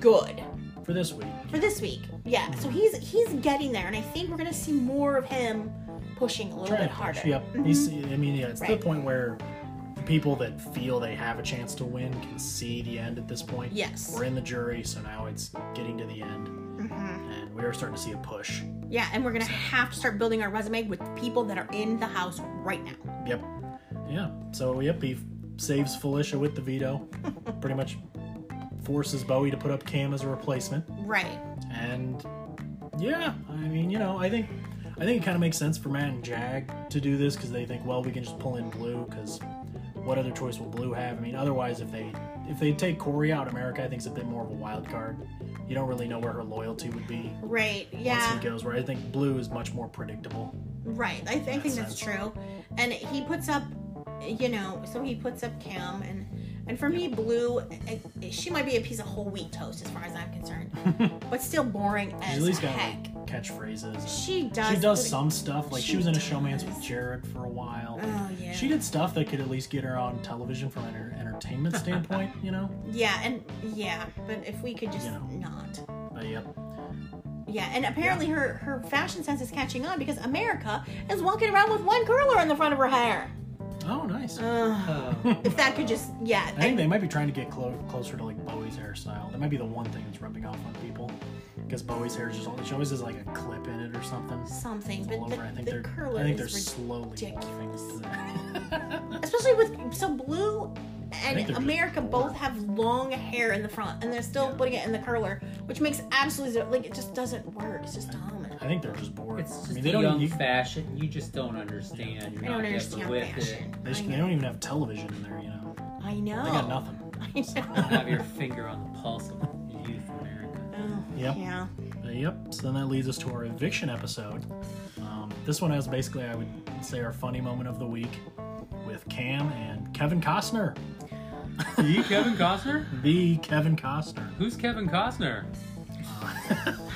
Speaker 3: good
Speaker 1: for this week.
Speaker 3: for this week. Yeah, so he's he's getting there, and I think we're gonna see more of him pushing a little
Speaker 1: Try
Speaker 3: bit
Speaker 1: to push,
Speaker 3: harder. Mm-hmm.
Speaker 1: Yep. He's, I mean, yeah, it's
Speaker 3: Right.
Speaker 1: the point where the people that feel they have a chance to win can see the end at this point.
Speaker 3: Yes.
Speaker 1: We're in the jury, so now it's getting to the end,
Speaker 3: Mm-hmm.
Speaker 1: and we are starting to see a push.
Speaker 3: Yeah, and we're gonna have to start building our resume with people that are in the house right now.
Speaker 1: Yep. Yeah. So yep, he saves Felicia with the veto. Pretty much forces Bowie to put up Cam as a replacement.
Speaker 3: Right.
Speaker 1: And yeah, I mean, you know, I think I think it kind of makes sense for Matt and Jag to do this because they think, well, we can just pull in Blue because what other choice will Blue have? I mean, otherwise, if they if they take Corey out, America, I think, is a bit more of a wild card. You don't really know where her loyalty would be
Speaker 3: Right.
Speaker 1: once
Speaker 3: Yeah.
Speaker 1: he goes. Where I think Blue is much more predictable.
Speaker 3: Right. I, th- I think
Speaker 1: sense.
Speaker 3: that's true. And he puts up, you know, so he puts up Cam and. And for me, Blue, eh, eh, she might be a piece of whole wheat toast as far as I'm concerned, but still boring
Speaker 1: She's
Speaker 3: as
Speaker 1: at least got
Speaker 3: heck.
Speaker 1: like catchphrases. and-
Speaker 3: she does.
Speaker 1: she does
Speaker 3: but-
Speaker 1: some stuff. Like she,
Speaker 3: she
Speaker 1: was in a
Speaker 3: does.
Speaker 1: showman's with Jared for a while.
Speaker 3: Oh yeah.
Speaker 1: She did stuff that could at least get her on television from an enter- entertainment standpoint. You know.
Speaker 3: Yeah, and yeah, but if we could just
Speaker 1: You know.
Speaker 3: not.
Speaker 1: But yep.
Speaker 3: Yeah, and apparently her her fashion sense is catching on because America is walking around with one curler in the front of her hair.
Speaker 1: Oh, nice.
Speaker 3: Ugh.
Speaker 2: Uh,
Speaker 3: if that could just yeah,
Speaker 1: I think they might be trying to get clo- closer to like Bowie's hairstyle. That might be the one thing that's rubbing off on people, because Bowie's hair is just all- she always has like a clip in it or something. It's
Speaker 3: something,
Speaker 1: all
Speaker 3: but
Speaker 1: over. I
Speaker 3: the,
Speaker 1: think
Speaker 3: the
Speaker 1: they're
Speaker 3: curler
Speaker 1: I think they're
Speaker 3: is
Speaker 1: slowly morphing
Speaker 3: ridiculous.
Speaker 1: to that.
Speaker 3: rid- especially with so blue
Speaker 1: they're
Speaker 3: and
Speaker 1: just
Speaker 3: America
Speaker 1: bored.
Speaker 3: both have long hair in the front, and they're still
Speaker 1: Yeah.
Speaker 3: putting it in the curler, which makes absolutely zero, like it just doesn't work. It's just dumb.
Speaker 1: I think they're just bored.
Speaker 2: it's just
Speaker 1: I mean,
Speaker 2: a
Speaker 1: they
Speaker 2: young
Speaker 1: don't. You,
Speaker 2: fashion. You just don't understand. You're
Speaker 3: I
Speaker 2: not
Speaker 3: don't
Speaker 2: hip
Speaker 3: understand
Speaker 2: with
Speaker 3: fashion.
Speaker 1: they, just- they don't even have television in there. You know,
Speaker 3: I know.
Speaker 1: they got nothing.
Speaker 3: I know.
Speaker 2: it. Don't have your finger on the pulse of youth America.
Speaker 3: Oh,
Speaker 1: Yep.
Speaker 3: Yeah.
Speaker 1: Uh, Yep. So then that leads us to our eviction episode. Um, this one has basically, I would say, our funny moment of the week with Cam and Kevin Costner.
Speaker 2: you Kevin Costner?
Speaker 1: The Kevin Costner.
Speaker 2: Who's Kevin Costner?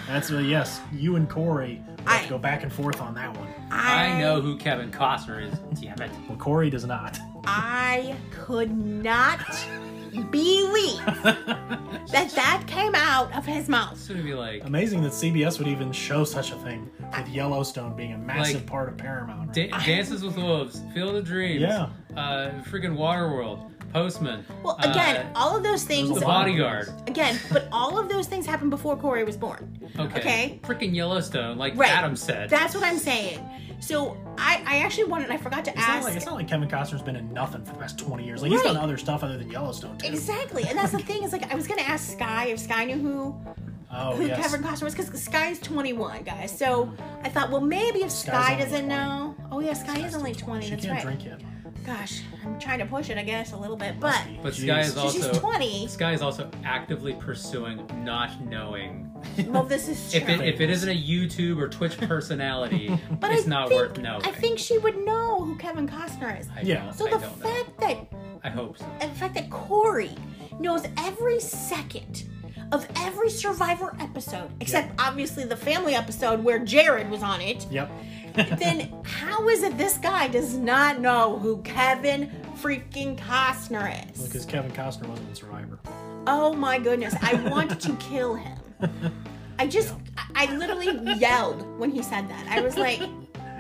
Speaker 1: That's a yes. You and Corey have
Speaker 3: I-
Speaker 1: to go back and forth on that one.
Speaker 2: I know who Kevin Costner is. Damn it.
Speaker 1: Well, Corey does not.
Speaker 3: I could not believe that that came out of his mouth.
Speaker 2: It's gonna be like
Speaker 1: Amazing that CBS would even show such a thing, with Yellowstone being a massive
Speaker 2: Like-
Speaker 1: part of Paramount.
Speaker 2: da- Dances with Wolves, Field of Dreams,
Speaker 1: Yeah.
Speaker 2: uh, freaking Waterworld, Postman.
Speaker 3: Well, again,
Speaker 2: uh,
Speaker 3: all of those
Speaker 1: It
Speaker 3: things.
Speaker 2: The Bodyguard.
Speaker 3: Again, but all of those things happened before Corey was born.
Speaker 2: Okay.
Speaker 3: Okay.
Speaker 2: Freaking Yellowstone, like
Speaker 3: Right.
Speaker 2: Adam said.
Speaker 3: That's what I'm saying. So I, I actually wanted. I forgot to
Speaker 1: it's, not
Speaker 3: ask.
Speaker 1: like, it's not like Kevin Costner's been in nothing for the past 20 years. Like, he's done
Speaker 3: Right.
Speaker 1: other stuff other than Yellowstone, too.
Speaker 3: exactly, and that's the thing. Is like I was gonna ask Sky if Sky knew who
Speaker 1: Oh,
Speaker 3: who
Speaker 1: yes.
Speaker 3: Kevin Costner was because Sky's 21, guys. So I thought, well, maybe if
Speaker 1: Sky's
Speaker 3: Sky
Speaker 1: only
Speaker 3: doesn't
Speaker 1: 20.
Speaker 3: know. Oh yeah, Sky is only 20.
Speaker 1: She
Speaker 3: that's
Speaker 1: can't
Speaker 3: right.
Speaker 1: drink yet.
Speaker 3: Gosh, I'm trying to push it, I guess, a little bit, but
Speaker 2: But Sky is
Speaker 1: Jeez.
Speaker 2: also
Speaker 3: she's 20.
Speaker 2: This guy is also actively pursuing not knowing.
Speaker 3: Well, this is true.
Speaker 2: If it, if it isn't a YouTube or Twitch personality,
Speaker 3: but
Speaker 2: it's
Speaker 3: I
Speaker 2: not
Speaker 3: think,
Speaker 2: worth knowing.
Speaker 3: I think she would know who Kevin Costner is.
Speaker 2: I
Speaker 1: Yeah.
Speaker 2: don't-
Speaker 3: So
Speaker 2: I
Speaker 3: the
Speaker 2: don't know.
Speaker 3: fact that
Speaker 2: I hope so.
Speaker 3: the fact that Corey knows every second of every Survivor episode, except obviously the family episode where Jared was on it,
Speaker 1: Yep.
Speaker 3: then how is it this guy does not know who Kevin freaking Costner is?
Speaker 1: Because Kevin Costner wasn't in Survivor.
Speaker 3: Oh my goodness, I want to kill him. I just, I I literally yelled when he said that. I was like,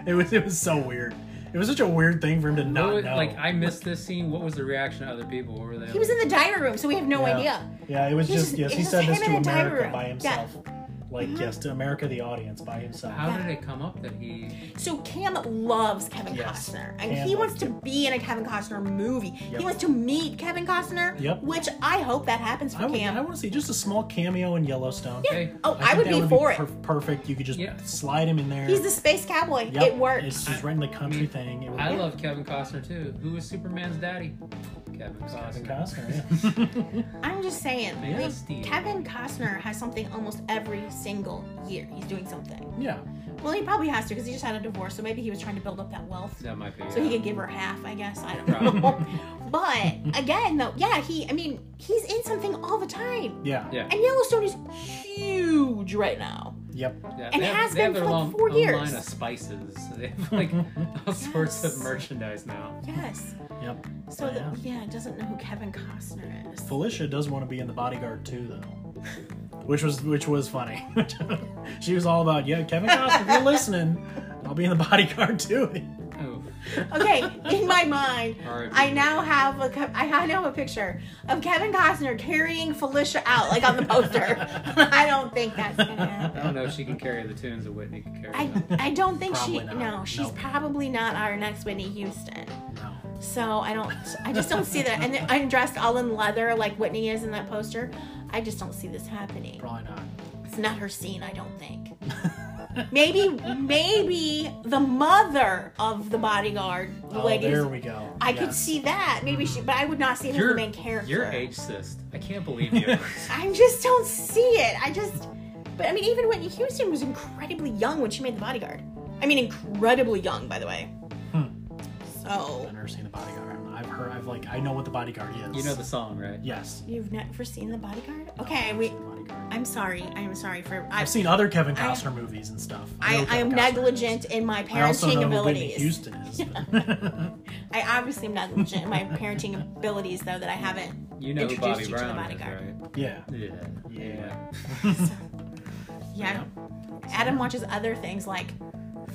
Speaker 1: It was it was so weird. It was such a weird thing for him to
Speaker 2: What
Speaker 1: not
Speaker 2: was-
Speaker 1: know.
Speaker 2: Like I missed this scene. What was the reaction of other people? What were they?
Speaker 3: He was in the diary room, so we have no
Speaker 1: yeah.
Speaker 3: idea.
Speaker 1: Yeah, it was
Speaker 3: He's
Speaker 1: just
Speaker 3: just-
Speaker 1: yes. He
Speaker 3: it's
Speaker 1: said
Speaker 3: just
Speaker 1: this
Speaker 3: him
Speaker 1: to
Speaker 3: in a
Speaker 1: America
Speaker 3: diary room.
Speaker 1: by
Speaker 3: Yeah. Mm-hmm.
Speaker 1: himself. Like yes, to America, the audience by himself.
Speaker 2: How did it come up that he?
Speaker 3: So Cam loves Kevin
Speaker 1: Yes.
Speaker 3: Costner, and
Speaker 1: Cam
Speaker 3: he
Speaker 1: loves
Speaker 3: wants to be in a Kevin Costner movie.
Speaker 1: Yep.
Speaker 3: He wants to meet Kevin Costner,
Speaker 1: Yep.
Speaker 3: which I hope that happens for
Speaker 1: I, would,
Speaker 3: Cam.
Speaker 1: I want to see just a small cameo in Yellowstone.
Speaker 2: Hey,
Speaker 3: oh, I,
Speaker 1: think
Speaker 3: would
Speaker 1: that
Speaker 3: be for it.
Speaker 1: per- Perfect. You could just
Speaker 2: Yeah.
Speaker 1: slide him in there.
Speaker 3: He's the space cowboy.
Speaker 1: Yep.
Speaker 3: It works.
Speaker 1: It's just right in the country thing. It would
Speaker 2: I
Speaker 1: be
Speaker 2: love Kevin Costner too. Who was Superman's daddy? Kevin
Speaker 1: Kevin
Speaker 2: Costner.
Speaker 1: Costner. Yeah.
Speaker 3: I'm just saying,
Speaker 2: Man
Speaker 3: like,
Speaker 2: of Steel.
Speaker 3: Kevin Costner has something almost every single year. He's doing something.
Speaker 1: yeah.
Speaker 3: Well, he probably has to because he just had a divorce, so maybe he was trying to build up that wealth.
Speaker 2: That might be.
Speaker 3: So he
Speaker 2: yeah.
Speaker 3: could give her half, I guess. I don't know. but again, though, yeah, he, I mean, he's in something all the time.
Speaker 1: Yeah.
Speaker 2: Yeah.
Speaker 3: And Yellowstone is huge right now.
Speaker 1: Yep.
Speaker 2: Yeah,
Speaker 3: and
Speaker 2: they have,
Speaker 3: has
Speaker 2: they have their
Speaker 3: been for, like,
Speaker 2: own,
Speaker 3: four
Speaker 2: own
Speaker 3: years.
Speaker 2: line of spices. They have like all sorts of
Speaker 3: Yes.
Speaker 2: merchandise now.
Speaker 3: Yes.
Speaker 1: Yep.
Speaker 3: So, the, yeah, it doesn't know who Kevin Costner is.
Speaker 1: Felicia does want to be in the bodyguard too, though, which was which was funny. she was all about, yeah, Kevin Costner, if you're listening, I'll be in the bodyguard too.
Speaker 2: Oh,
Speaker 3: Okay, in my mind,
Speaker 2: R.I.P.
Speaker 3: I now have a co- I ha- now have a picture of Kevin Costner carrying Felicia out like on the poster. I don't think that's gonna
Speaker 2: I
Speaker 3: happen.
Speaker 2: don't know if she can carry the tunes that Whitney could carry.
Speaker 3: I,
Speaker 2: them.
Speaker 3: I don't think she
Speaker 1: Probably not.
Speaker 3: no she's
Speaker 1: Nope.
Speaker 3: probably not our next Whitney Houston
Speaker 1: No.
Speaker 3: so I don't I just don't see that and then I'm dressed all in leather like Whitney is in that poster I just don't see this happening
Speaker 1: Probably not.
Speaker 3: it's not her scene I don't think maybe maybe the mother of the bodyguard the
Speaker 1: Oh,
Speaker 3: lady
Speaker 1: there
Speaker 3: who's
Speaker 1: we go.
Speaker 3: I could
Speaker 1: Yes.
Speaker 3: see that. Maybe she, but I would not see her as the
Speaker 2: You're,
Speaker 3: main character.
Speaker 2: you're age cyst. I can't believe you.
Speaker 3: I just don't see it. I just, but I mean, even Whitney Houston was incredibly young when she made The Bodyguard. I mean, incredibly young, by the way.
Speaker 1: Hmm.
Speaker 3: So
Speaker 1: I've never seen the bodyguard. I've heard. I've like. I know what the bodyguard is.
Speaker 2: you know the song, right?
Speaker 1: Yes.
Speaker 3: you've never seen The Bodyguard? Okay, we.
Speaker 1: The bodyguard.
Speaker 3: I'm sorry. I'm sorry for. I,
Speaker 1: I've seen other Kevin
Speaker 3: I-
Speaker 1: Costner movies and stuff. know who
Speaker 3: I, I am
Speaker 1: Kevin Costner is.
Speaker 3: negligent in my
Speaker 1: I also
Speaker 3: parenting
Speaker 1: know who Whitney
Speaker 3: abilities.
Speaker 1: Houston is. but-
Speaker 3: I obviously am negligent in my parenting abilities, though, that I haven't.
Speaker 2: You know who
Speaker 3: Introduced
Speaker 2: Bobby
Speaker 3: you to the
Speaker 2: Brown is, right?
Speaker 3: bodyguard.
Speaker 1: yeah.
Speaker 2: Yeah.
Speaker 1: Yeah.
Speaker 3: Yeah. Adam watches other things like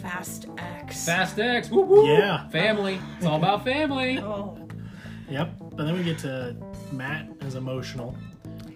Speaker 3: Fast X.
Speaker 2: Fast X. Woo woo.
Speaker 1: Yeah.
Speaker 2: Family. It's all about family.
Speaker 3: oh.
Speaker 1: Yep. But then we get to Matt is emotional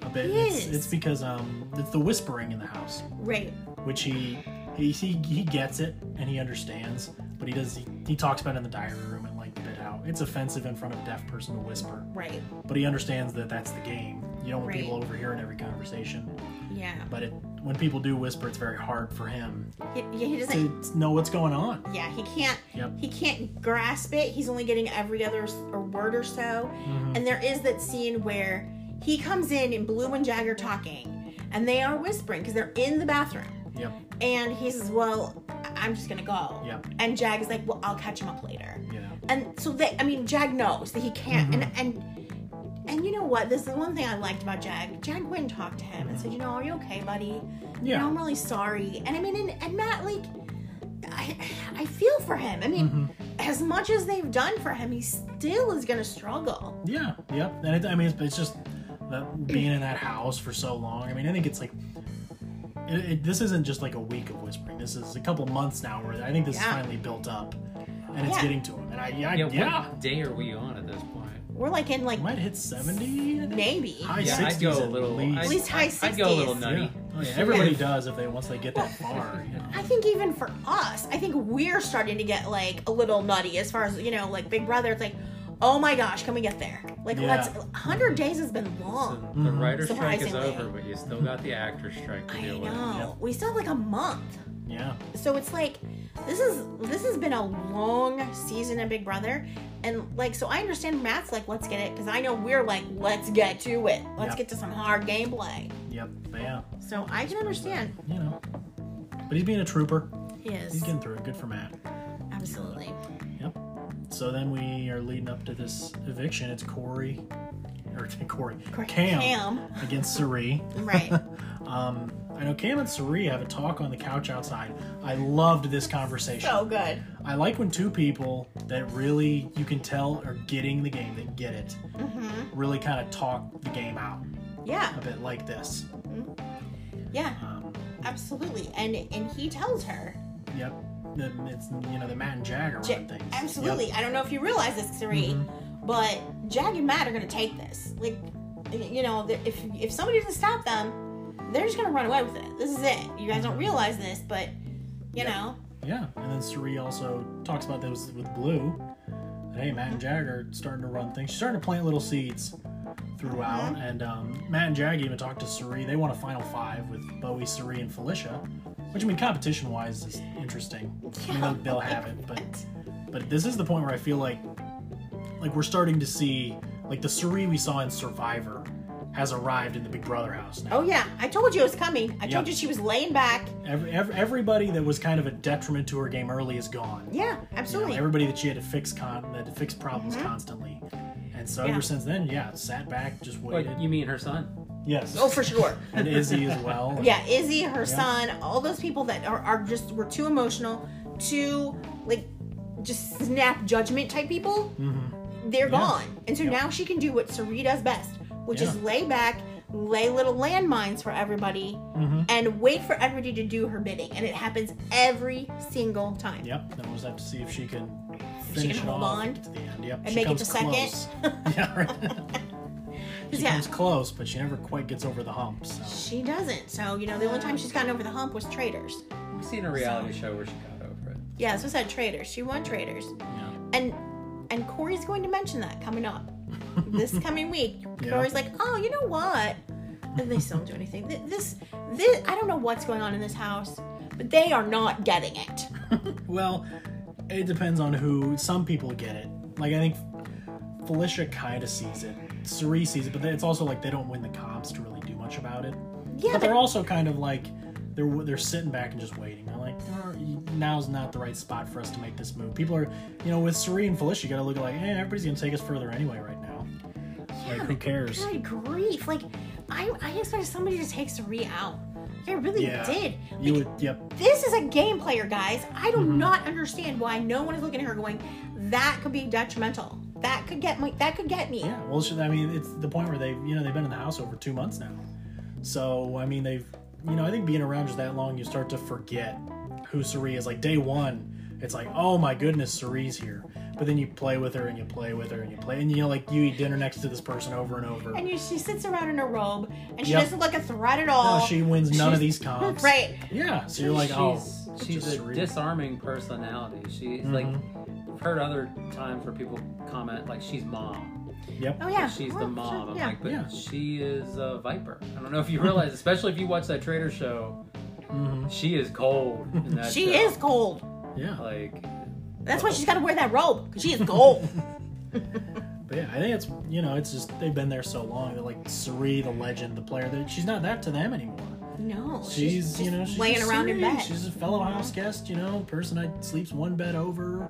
Speaker 1: a bit.
Speaker 3: He
Speaker 1: It's,
Speaker 3: is.
Speaker 1: it's because um it's the whispering in the house,
Speaker 3: Right.
Speaker 1: which he he he, he gets it and he understands, but he does he, he talks about it in the diary room and like the bit how it's offensive in front of a deaf person to whisper,
Speaker 3: Right.
Speaker 1: but he understands that that's the game. You don't want
Speaker 3: Right.
Speaker 1: people overhearing every conversation,
Speaker 3: Yeah.
Speaker 1: but it, when people do whisper, it's very hard for him
Speaker 3: He, yeah, he doesn't.
Speaker 1: to know what's going on.
Speaker 3: Yeah, he can't.
Speaker 1: Yep.
Speaker 3: He can't grasp it. He's only getting every other s- or word or so.
Speaker 1: Mm-hmm.
Speaker 3: And there is that scene where he comes in and Blue and Jag are talking, and they are whispering because they're in the bathroom.
Speaker 1: Yep.
Speaker 3: And he says, "Well, I- I'm just gonna go."
Speaker 1: Yep.
Speaker 3: And Jag is like, "Well, I'll catch him up later."
Speaker 1: You know.
Speaker 3: and so they i mean jag knows that he can't
Speaker 1: Mm-hmm.
Speaker 3: and and and you know what this is one thing i liked about jag jag went and talked to him and said you know are you okay buddy you
Speaker 1: Yeah.
Speaker 3: know i'm really sorry and i mean and, and matt like i i feel for him i mean
Speaker 1: Mm-hmm.
Speaker 3: as much as they've done for him he still is gonna struggle
Speaker 1: Yeah, yep. And it, I mean, it's, it's just that being in that house for so long. I mean, I think it's like it, it, this isn't just like a week of whispering. This is a couple months now where I think this is
Speaker 3: Yeah.
Speaker 1: finally built up, and it's
Speaker 3: Yeah.
Speaker 1: getting to him. And I, yeah, I-
Speaker 2: Yeah.
Speaker 1: yeah,
Speaker 2: What day are we on at this point?
Speaker 3: we're like in like
Speaker 1: I might hit seventy. I think.
Speaker 3: maybe
Speaker 1: High
Speaker 2: Yeah, I'd
Speaker 1: 60s
Speaker 2: go a
Speaker 1: at
Speaker 2: little.
Speaker 1: least.
Speaker 2: I'd-
Speaker 3: At least high
Speaker 2: I'd go a little
Speaker 3: 60s.
Speaker 1: Yeah.
Speaker 2: nutty.
Speaker 1: Oh, yeah. Everybody
Speaker 3: Yeah.
Speaker 1: does if they once they get that far. You know.
Speaker 3: I think even for us, I think we're starting to get like a little nutty as far as you know, like Big Brother. It's like, oh my gosh, can we get there? Like,
Speaker 1: Yeah.
Speaker 3: let's. Hundred days has been long.
Speaker 2: So
Speaker 1: Mm-hmm.
Speaker 2: the writer's strike is
Speaker 3: Oh. Surprisingly.
Speaker 2: over, but you still got the actor's strike to
Speaker 3: I
Speaker 2: deal
Speaker 3: know.
Speaker 2: with.
Speaker 1: Yep.
Speaker 3: We still have like a month,
Speaker 1: Yeah,
Speaker 3: so it's like this is this has been a long season in Big Brother, and like so I understand Matt's like, let's get it because I know we're like, let's get to it. Let's
Speaker 1: Yep.
Speaker 3: get to some hard gameplay.
Speaker 1: yep, but yeah,
Speaker 3: So I can understand
Speaker 1: you know. But he's being a trooper. He's
Speaker 3: his
Speaker 1: getting through it. Good for Matt.
Speaker 3: absolutely.
Speaker 1: Yep. So then we are leading up to this eviction. It's Corey, or Corey, Cam,
Speaker 3: Cam.
Speaker 1: against Sari.
Speaker 3: Right.
Speaker 1: Um, I know Cam and Sari have a talk on the couch outside. I loved this conversation.
Speaker 3: so good.
Speaker 1: I like when two people that really you can tell are getting the game, that get it,
Speaker 3: Mm-hmm.
Speaker 1: really kind of talk the game out
Speaker 3: Yeah.
Speaker 1: a bit like this.
Speaker 3: Yeah.
Speaker 1: Um,
Speaker 3: Absolutely. And and he tells her
Speaker 1: yep. the it's you know the Matt and Jag are
Speaker 3: Ja-
Speaker 1: running things.
Speaker 3: Absolutely.
Speaker 1: Yep. Mm-hmm.
Speaker 3: I don't know if you realize this, Siri, but Jag and Matt are going to take this. Like, you know, th- if if somebody doesn't stop them, they're just going to run away with it. This is it. You guys don't realize this, but you know,
Speaker 1: Yeah, and then Sari also talks about those with Blue. That, hey, Matt and Jag are starting to run things. She's starting to plant little seeds throughout, and um, Matt and Jag even talked to Sari. They want a final five with Bowie, Sari, and Felicia, which I mean, competition-wise is interesting. I mean,
Speaker 3: Yeah.
Speaker 1: they'll, they'll have it, but but this is the point where I feel like like we're starting to see like the Sari we saw in Survivor has arrived in the Big Brother house now.
Speaker 3: oh yeah, I told you it was coming. I
Speaker 1: Yep.
Speaker 3: told you she was laying back.
Speaker 1: Every, every, everybody that was kind of a detriment to her game early is gone.
Speaker 3: Yeah,
Speaker 1: You know,
Speaker 3: absolutely.
Speaker 1: everybody that she had to fix con that had to fix problems constantly. And so
Speaker 3: Mm-hmm. Yeah.
Speaker 1: ever since then, yeah, sat back, just
Speaker 2: Like,
Speaker 1: waited.
Speaker 2: you mean her son?
Speaker 1: yes.
Speaker 3: oh, for sure.
Speaker 1: and Izzy as well.
Speaker 3: Yeah, Izzy, her son, all those people that are, are just were too emotional, too like just snap judgment type people. They're
Speaker 1: Mm-hmm. Yeah.
Speaker 3: gone, and so now she can do what Sari does best, which is
Speaker 1: Yeah.
Speaker 3: lay back, lay little landmines for everybody,
Speaker 1: Mm-hmm.
Speaker 3: and wait for everybody to do her bidding. And it happens every single time.
Speaker 1: Yep. Then we'll just have to see if she can
Speaker 3: she
Speaker 1: finish
Speaker 3: can
Speaker 1: it
Speaker 3: hold
Speaker 1: off
Speaker 3: on
Speaker 1: to the end. Yep.
Speaker 3: and make it
Speaker 1: comes
Speaker 3: to second.
Speaker 1: close. yeah. Right.
Speaker 3: 'Cause,
Speaker 1: she
Speaker 3: yeah,
Speaker 1: comes close, but she never quite gets over the hump. So
Speaker 3: she doesn't. So you know, the only time she's gotten over the hump was Traders.
Speaker 2: We've seen a reality show where she got over it.
Speaker 3: Yeah, so said Traders. She won Traders.
Speaker 1: yeah.
Speaker 3: and and Corey's going to mention that coming up this coming week.
Speaker 1: Yeah.
Speaker 3: Corey's like, oh, you know what? And they still don't do anything. Th- This, this, I don't know what's going on in this house, but they are not getting it.
Speaker 1: Well, it depends on who. Some people get it. Like I think Felicia kind of sees it. Cerise sees it, but then it's also like they don't win the comps to really do much about it. but
Speaker 3: Yeah, but
Speaker 1: they're also kind of like they're they're sitting back and just waiting. They're like, "There are- now's not the right spot for us to make this move. People are, you know, with Cerise and Felicia, you got to look at like, eh, everybody's gonna take us further anyway right now. like who cares?
Speaker 3: good grief! Like, I I expected somebody to take Sari out. I really
Speaker 1: Yeah.
Speaker 3: did.
Speaker 1: You Mm-hmm. would, yep,
Speaker 3: This is a game player, guys. I do not understand why no one is looking at her going, that could be detrimental. That could get my. That could get me.
Speaker 1: yeah. Well, should, I mean, it's the point where they, have you know, they've been in the house over two months now. So I mean, they've, you know, I think being around just that long, you start to forget who Cerise is. Like day one, it's like, oh my goodness, Cerise here. But then you play with her and you play with her and you play, and you know, like you eat dinner next to this person over and over.
Speaker 3: And you, she sits around in a robe, and she
Speaker 1: Yep.
Speaker 3: doesn't look a threat at all.
Speaker 1: No, she wins none of these
Speaker 2: she's-
Speaker 1: comps.
Speaker 3: Right.
Speaker 1: Yeah. So you're like, oh,
Speaker 2: she's,
Speaker 1: it's
Speaker 2: she's
Speaker 1: just
Speaker 2: a
Speaker 1: surreal.
Speaker 2: disarming personality. She's
Speaker 1: Mm-hmm.
Speaker 2: like, I've heard other times where people comment like she's mom,
Speaker 1: Yep.
Speaker 3: Oh yeah.
Speaker 2: she's the
Speaker 3: Well,
Speaker 2: mom.
Speaker 3: sure,
Speaker 2: I'm
Speaker 3: yeah.
Speaker 2: like, but
Speaker 1: Yeah. Mm-hmm.
Speaker 2: she is a viper. I don't know if you realize, especially if you watch that Trader show, she is cold. In that
Speaker 3: she
Speaker 2: show.
Speaker 3: is cold.
Speaker 1: Yeah.
Speaker 2: Like,
Speaker 3: That's why she's got to wear that robe because she is gold.
Speaker 1: But yeah, I think it's you know, it's just they've been there so long. They're like Sari, the legend, the player. That she's not that to them anymore.
Speaker 3: no,
Speaker 1: She's, you know,
Speaker 3: just
Speaker 1: she's
Speaker 3: laying
Speaker 1: just
Speaker 3: around in
Speaker 1: Sari.
Speaker 3: bed.
Speaker 1: She's a fellow house guest. You know, person I sleeps one bed over.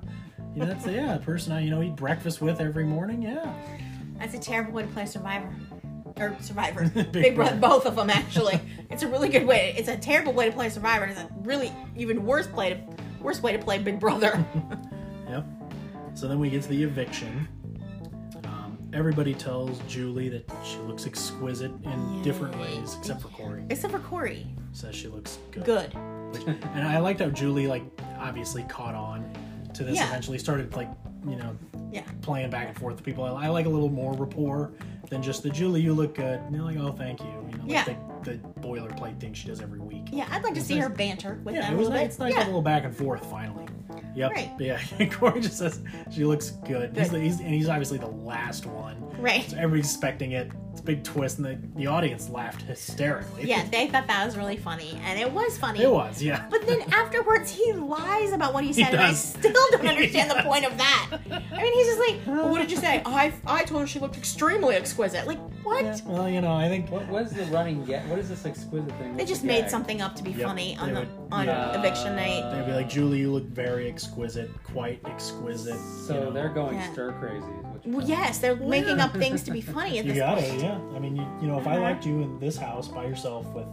Speaker 1: You know, that's yeah, the person I you know eat breakfast with every morning. Yeah.
Speaker 3: That's a terrible way to play Survivor. Or Survivor,
Speaker 1: Brother.
Speaker 3: Big, Brother, both of them actually. it's a really good way. It's a terrible way to play Survivor. It's a really even worse play to worse way to play Big Brother.
Speaker 1: Yep. So then we get to the eviction. Um, everybody tells Julie that she looks exquisite in different ways, except for Corey.
Speaker 3: Except for Corey,
Speaker 1: Says she looks
Speaker 3: good.
Speaker 1: And I liked how Julie, like, obviously caught on to this
Speaker 3: Yeah.
Speaker 1: eventually, started, like, you know,
Speaker 3: Yeah,
Speaker 1: playing back and forth with people. I, I like a little more rapport than just the Julie, you look good. And they're like, oh, thank you. You know, like
Speaker 3: Yeah.
Speaker 1: the, the boilerplate thing she does every week.
Speaker 3: yeah. I'd like to see
Speaker 1: nice.
Speaker 3: her banter with
Speaker 1: Yeah,
Speaker 3: them
Speaker 1: it
Speaker 3: a
Speaker 1: was
Speaker 3: little
Speaker 1: nice.
Speaker 3: bit.
Speaker 1: It's nice to have a
Speaker 3: yeah.
Speaker 1: little back and forth finally. Yep.
Speaker 3: Right.
Speaker 1: But yeah, Corey just says she looks good. He's, the,
Speaker 3: Good.
Speaker 1: he's and he's obviously the last one.
Speaker 3: Right.
Speaker 1: So everybody's expecting it. It's a big twist, and the, the audience laughed hysterically.
Speaker 3: Yeah, they thought that was really funny, and it was funny.
Speaker 1: It was, yeah.
Speaker 3: But then afterwards, he lies about what he said, and I
Speaker 1: does.
Speaker 3: still don't understand the point of that. I mean, he's just like, well, "What did you say? I I told her she looked extremely exquisite. Like what?
Speaker 1: Well, you know, I think
Speaker 2: what what is the running get? What is this exquisite thing?
Speaker 3: They
Speaker 2: What's
Speaker 3: just
Speaker 2: the
Speaker 3: made
Speaker 2: gag?
Speaker 3: something up to be
Speaker 1: Yep,
Speaker 3: funny on
Speaker 1: they
Speaker 3: the
Speaker 1: would-
Speaker 3: on
Speaker 1: yeah.
Speaker 3: eviction night.
Speaker 1: They'd be like, Julie, you look very exquisite, quite exquisite.
Speaker 2: So
Speaker 1: you know.
Speaker 2: they're going
Speaker 3: Yeah.
Speaker 2: stir crazy. Which
Speaker 3: Well, yes, they're making up things to be funny at
Speaker 1: You
Speaker 3: this
Speaker 1: got
Speaker 3: point.
Speaker 1: it, yeah. I mean, you, you know, if I
Speaker 3: Uh-huh.
Speaker 1: liked you in this house by yourself with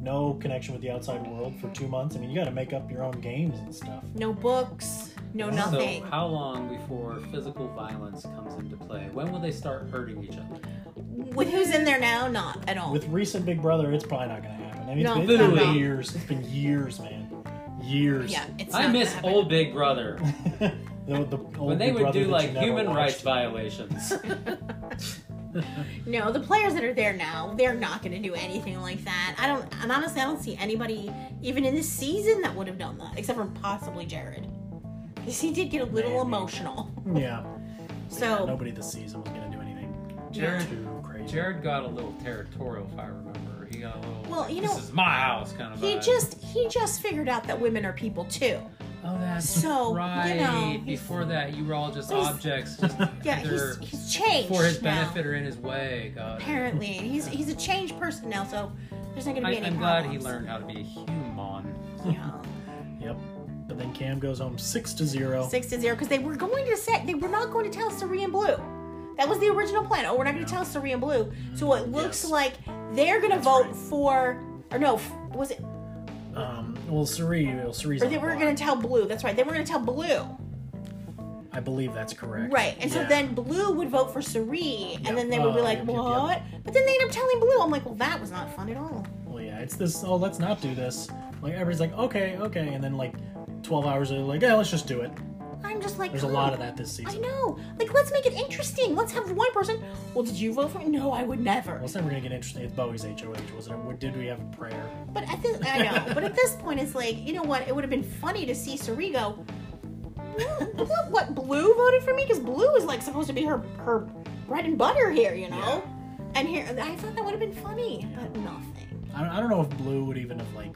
Speaker 1: no connection with the outside world for two months, I mean, you got to make up your own games and stuff.
Speaker 3: No books, no nothing.
Speaker 2: So how long before physical violence comes into play? When will they start hurting each other?
Speaker 3: With who's in there now? Not at all.
Speaker 1: With recent Big Brother, it's probably not going to happen. I mean,
Speaker 3: No,
Speaker 1: it's been, it's been
Speaker 2: no, no.
Speaker 1: years. It's been years, man. years.
Speaker 3: Yeah, it's.
Speaker 2: I
Speaker 3: not
Speaker 2: miss
Speaker 3: gonna happen.
Speaker 2: old Big Brother
Speaker 1: the, the
Speaker 2: when
Speaker 1: old
Speaker 2: they
Speaker 1: Big
Speaker 2: would
Speaker 1: Brother
Speaker 2: do
Speaker 1: that
Speaker 2: like
Speaker 1: you never
Speaker 2: human rights
Speaker 1: watched.
Speaker 2: violations.
Speaker 3: No, the players that are there now, they're not going to do anything like that. I don't, and honestly, I don't see anybody even in this season that would have done that, except for possibly Jared, because he did get a little
Speaker 2: Maybe.
Speaker 3: emotional.
Speaker 1: Yeah.
Speaker 3: So
Speaker 1: Nobody this season was gonna do anything
Speaker 2: Jared,
Speaker 1: too crazy.
Speaker 2: Jared got a little territorial, if I remember. He got a little.
Speaker 3: Well, you know,
Speaker 2: this is my house kind of.
Speaker 3: he
Speaker 2: vibe.
Speaker 3: just he just figured out that women are people too.
Speaker 2: Oh, that's
Speaker 3: So, you
Speaker 2: right.
Speaker 3: know, he's-
Speaker 2: Before that, you were all just
Speaker 3: So he's-
Speaker 2: objects, just
Speaker 3: Yeah,
Speaker 2: either
Speaker 3: he's he's changed
Speaker 2: for his
Speaker 3: now,
Speaker 2: benefit or in his way. God,
Speaker 3: Apparently, he's he's a changed person now. So there's not going to
Speaker 2: I,
Speaker 3: be any.
Speaker 2: am glad he
Speaker 3: problems.
Speaker 2: learned how to be a human.
Speaker 3: Yeah.
Speaker 1: Yep. But then Cam goes home six to zero.
Speaker 3: six to zero because they were going to say they were not going to tell us to and blue. That was the original plan. Oh, we're not going to tell us to and blue. So it looks
Speaker 1: yes.
Speaker 3: like they're going to
Speaker 1: That's
Speaker 3: vote
Speaker 1: right.
Speaker 3: for or no, f- was it?
Speaker 1: Um. Well, Sari. Well, Sari's.
Speaker 3: Or
Speaker 1: on
Speaker 3: they
Speaker 1: the
Speaker 3: were
Speaker 1: block.
Speaker 3: going to tell blue. That's right. They were going to tell blue.
Speaker 1: I believe that's correct.
Speaker 3: Right. And so
Speaker 1: Yeah.
Speaker 3: then blue would vote for Sari, and
Speaker 1: Yep.
Speaker 3: then they would be
Speaker 1: Oh,
Speaker 3: like,
Speaker 1: yep, yep, yep.
Speaker 3: what? But then they end up telling blue. I'm like, well, that was not fun at all.
Speaker 1: Well, yeah. It's this. Oh, let's not do this. Like everybody's like, okay, okay, and then like, twelve hours later, like, yeah, let's just do it.
Speaker 3: I'm just like,
Speaker 1: There's a
Speaker 3: "Oh,
Speaker 1: lot of that this
Speaker 3: I
Speaker 1: season.
Speaker 3: know. Like, let's make it interesting. Let's have one person. Well, did you vote for me? No, I would never.
Speaker 1: Well, it's never gonna get interesting. It's Bowie's HOH, wasn't it? What- Did we have a prayer?
Speaker 3: But at this, I know. But at this point, it's like you know what? It would have been funny to see Sarigo. what, what Blue voted for me because Blue is like supposed to be her her bread and butter here, you know. And here, I thought that would have been funny, but nothing.
Speaker 1: I don't, I don't know if Blue would even have like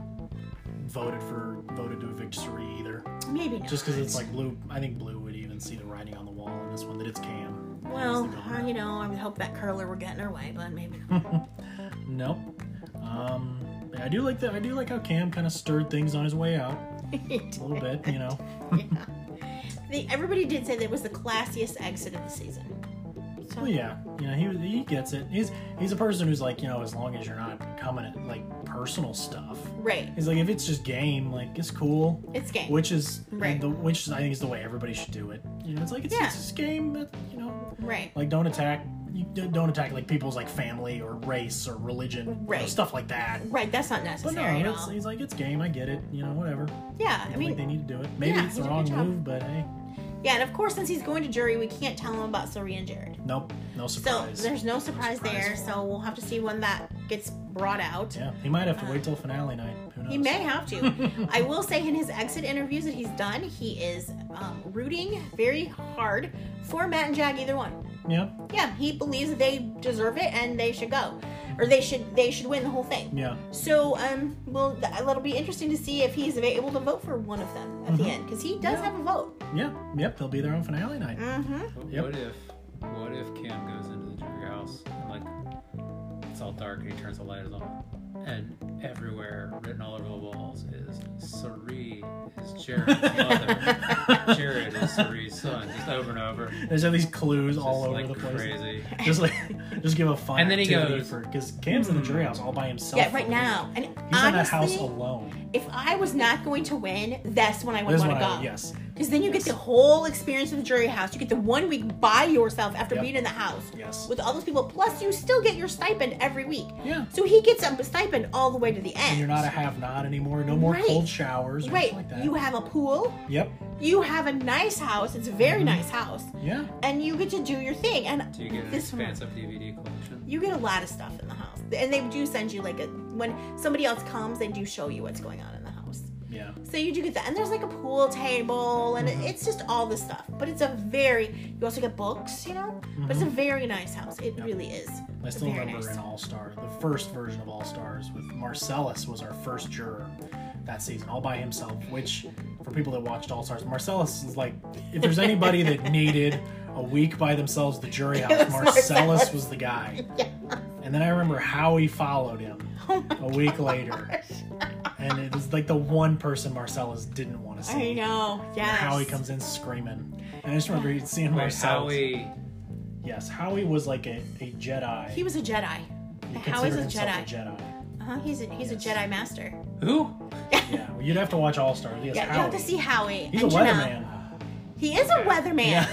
Speaker 1: voted for voted to evict Sari either.
Speaker 3: Maybe not.
Speaker 1: Just because it's like Blue, I think Blue would even see the writing on the wall in this one that it's Cam.
Speaker 3: well,
Speaker 1: He's the
Speaker 3: I,
Speaker 1: governor.
Speaker 3: you know, I would hope that curler would get in her way, but maybe not.
Speaker 1: Nope. Um, but I do like that. I do like how Cam kind of stirred things on his way out a little bit. You know.
Speaker 3: Yeah. They, everybody did say that it was the classiest exit of the season. So,
Speaker 1: Well, Oh, yeah, you know, he he gets it. He's he's a person who's like, you know, as long as you're not coming at like personal stuff.
Speaker 3: Right.
Speaker 1: He's like, if it's just game, like it's cool,
Speaker 3: It's game.
Speaker 1: which is
Speaker 3: Right.
Speaker 1: the, which is, I think is the way everybody should do it. You know, it's like it's,
Speaker 3: Yeah.
Speaker 1: it's just game, but you know,
Speaker 3: right.
Speaker 1: like don't attack, you d- don't attack like people's like family or race or religion, you know,
Speaker 3: Right.
Speaker 1: stuff like that.
Speaker 3: Right. That's not
Speaker 1: But no,
Speaker 3: necessary at
Speaker 1: it's,
Speaker 3: all.
Speaker 1: he's like, it's game. I get it. You know, whatever.
Speaker 3: Yeah.
Speaker 1: I
Speaker 3: I
Speaker 1: don't
Speaker 3: mean,
Speaker 1: think they need to do it. Maybe
Speaker 3: yeah,
Speaker 1: it's
Speaker 3: he
Speaker 1: the
Speaker 3: did a
Speaker 1: wrong
Speaker 3: good job.
Speaker 1: move, but hey,
Speaker 3: Yeah, and of course, since he's going to jury, we can't tell him about Suri and Jared.
Speaker 1: nope, no
Speaker 3: So
Speaker 1: surprise.
Speaker 3: there's no surprise,
Speaker 1: surprise
Speaker 3: there.
Speaker 1: for him.
Speaker 3: So we'll have to see when that gets brought out.
Speaker 1: yeah, he might have to
Speaker 3: Uh,
Speaker 1: wait till finale night. Who knows?
Speaker 3: He may have to. I will say in his exit interviews that he's done, he is um, rooting very hard for Matt and Jag, either one.
Speaker 1: Yeah,
Speaker 3: Yeah, he believes that they deserve it and they should go, or they should they should win the whole thing.
Speaker 1: yeah.
Speaker 3: So um, well, th- it'll be interesting to see if he's able to vote for one of them at the
Speaker 1: Mhm.
Speaker 3: end because he does
Speaker 1: Yeah.
Speaker 3: have a vote.
Speaker 1: Yeah, yep, they'll be there on finale night.
Speaker 3: Mm-hmm.
Speaker 1: Yep.
Speaker 2: What if, what if Cam goes into the jury house and like it's all dark and he turns the lights on, and everywhere written all over the walls is Sari is Jared's
Speaker 3: Mm.
Speaker 2: mother, Jared is Sari's son, just over and over, just
Speaker 1: There's all these clues all over
Speaker 2: like
Speaker 1: the place.
Speaker 2: crazy.
Speaker 1: Just like, just give a fun.
Speaker 2: And then he
Speaker 1: activity
Speaker 2: goes- hmm.
Speaker 1: for because Cam's in the jury house all by himself.
Speaker 3: Yeah,
Speaker 1: for a
Speaker 3: right
Speaker 1: week.
Speaker 3: now, and
Speaker 1: He's in that house
Speaker 3: honestly,
Speaker 1: alone.
Speaker 3: if I was not going to win, that's when I would
Speaker 1: This
Speaker 3: want
Speaker 1: one,
Speaker 3: to
Speaker 1: I,
Speaker 3: go.
Speaker 1: yes,
Speaker 3: Because then you get the whole experience of the jury house. You get the one week by yourself after
Speaker 1: Yep.
Speaker 3: being in the house
Speaker 1: yes,
Speaker 3: with all those people. Plus, you still get your stipend every week.
Speaker 1: yeah.
Speaker 3: So he gets a stipend all the way to the
Speaker 1: And
Speaker 3: end.
Speaker 1: you're not a have not anymore. No more
Speaker 3: Right.
Speaker 1: cold showers or
Speaker 3: right.
Speaker 1: anything like that.
Speaker 3: You have a pool.
Speaker 1: yep.
Speaker 3: You have a nice house. It's a very
Speaker 1: Mm-hmm.
Speaker 3: nice house,
Speaker 1: Yeah.
Speaker 3: and you get to do your thing. And
Speaker 2: Do you get an
Speaker 3: this one-
Speaker 2: expansive DVD collection?
Speaker 3: you get a lot of stuff in the house, and they do send you like a when somebody else comes, they do show you what's going on in the house.
Speaker 1: Yeah.
Speaker 3: So you do get that, and there's like a pool table, and it, it's just all this stuff. But it's a very you also get books, you know. But
Speaker 1: Mm-hmm.
Speaker 3: it's a very nice house. It
Speaker 1: Yep.
Speaker 3: really is.
Speaker 1: I still
Speaker 3: Very
Speaker 1: remember
Speaker 3: nice.
Speaker 1: in All Star, the first version of All Stars with Marcellus was our first juror that season, all by himself. Which, for people that watched All Stars, Marcellus is like, if there's anybody that needed a week by themselves, at the jury house,
Speaker 3: was
Speaker 1: Marcellus,
Speaker 3: Marcellus.
Speaker 1: was the guy.
Speaker 3: Yeah.
Speaker 1: And then I remember how he followed him
Speaker 3: Oh my
Speaker 1: a week later, and it was like the one person Marcellus didn't want to see.
Speaker 3: I know.
Speaker 1: And
Speaker 3: Yes.
Speaker 1: Howie comes in screaming, and I just remember seeing
Speaker 2: Wait,
Speaker 1: Marcellus.
Speaker 2: Howie,
Speaker 1: Yes, Howie was like a, a Jedi.
Speaker 3: He was a Jedi.
Speaker 1: He
Speaker 3: Howie's
Speaker 1: considered himself
Speaker 3: a Jedi.
Speaker 1: A Jedi.
Speaker 3: Uh-huh. He's a, he's
Speaker 1: Yes.
Speaker 3: a Jedi master.
Speaker 2: who?
Speaker 1: Yeah, well, you'd have to watch All Stars. Yes,
Speaker 3: Yeah, you have to
Speaker 1: Howie.
Speaker 3: see Howie.
Speaker 1: He's a
Speaker 3: and Janelle.
Speaker 1: weatherman.
Speaker 3: He is a weatherman.
Speaker 2: Yeah.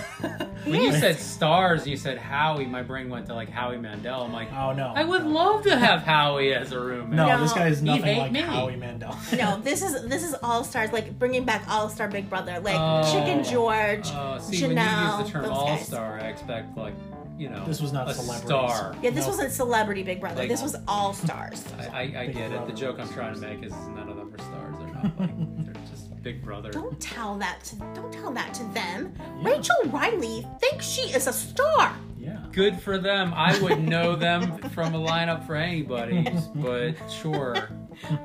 Speaker 2: when you
Speaker 3: is.
Speaker 2: said stars and you said Howie, my brain went to like Howie Mandel. I'm like,
Speaker 1: Oh no.
Speaker 2: I would love to have Howie as a roommate.
Speaker 1: No,
Speaker 3: No.
Speaker 1: this guy is
Speaker 2: You
Speaker 1: nothing
Speaker 2: hate
Speaker 1: like
Speaker 2: me.
Speaker 1: Howie Mandel.
Speaker 3: No, this is this is all stars like bringing back All Star Big Brother, like
Speaker 2: Oh.
Speaker 3: Chicken George.
Speaker 2: Oh, see, when
Speaker 3: Janelle,
Speaker 2: you use the term
Speaker 3: those guys.
Speaker 2: all star, I expect like, you know,
Speaker 1: This was not
Speaker 2: a
Speaker 1: celebrities.
Speaker 2: star.
Speaker 3: yeah, this
Speaker 1: no.
Speaker 3: wasn't Celebrity Big Brother.
Speaker 2: Like-
Speaker 3: this was All Stars.
Speaker 2: I, I, I
Speaker 1: Big
Speaker 2: get it.
Speaker 1: Brother
Speaker 2: The joke I'm
Speaker 1: was
Speaker 2: trying to make is none of them are stars. They're not like they're just Big Brother.
Speaker 3: Don't tell that to don't tell that to them.
Speaker 1: Yeah.
Speaker 3: Rachel Riley thinks she is a star.
Speaker 1: Yeah.
Speaker 2: Good for them. I would know them from a lineup for anybody, but sure.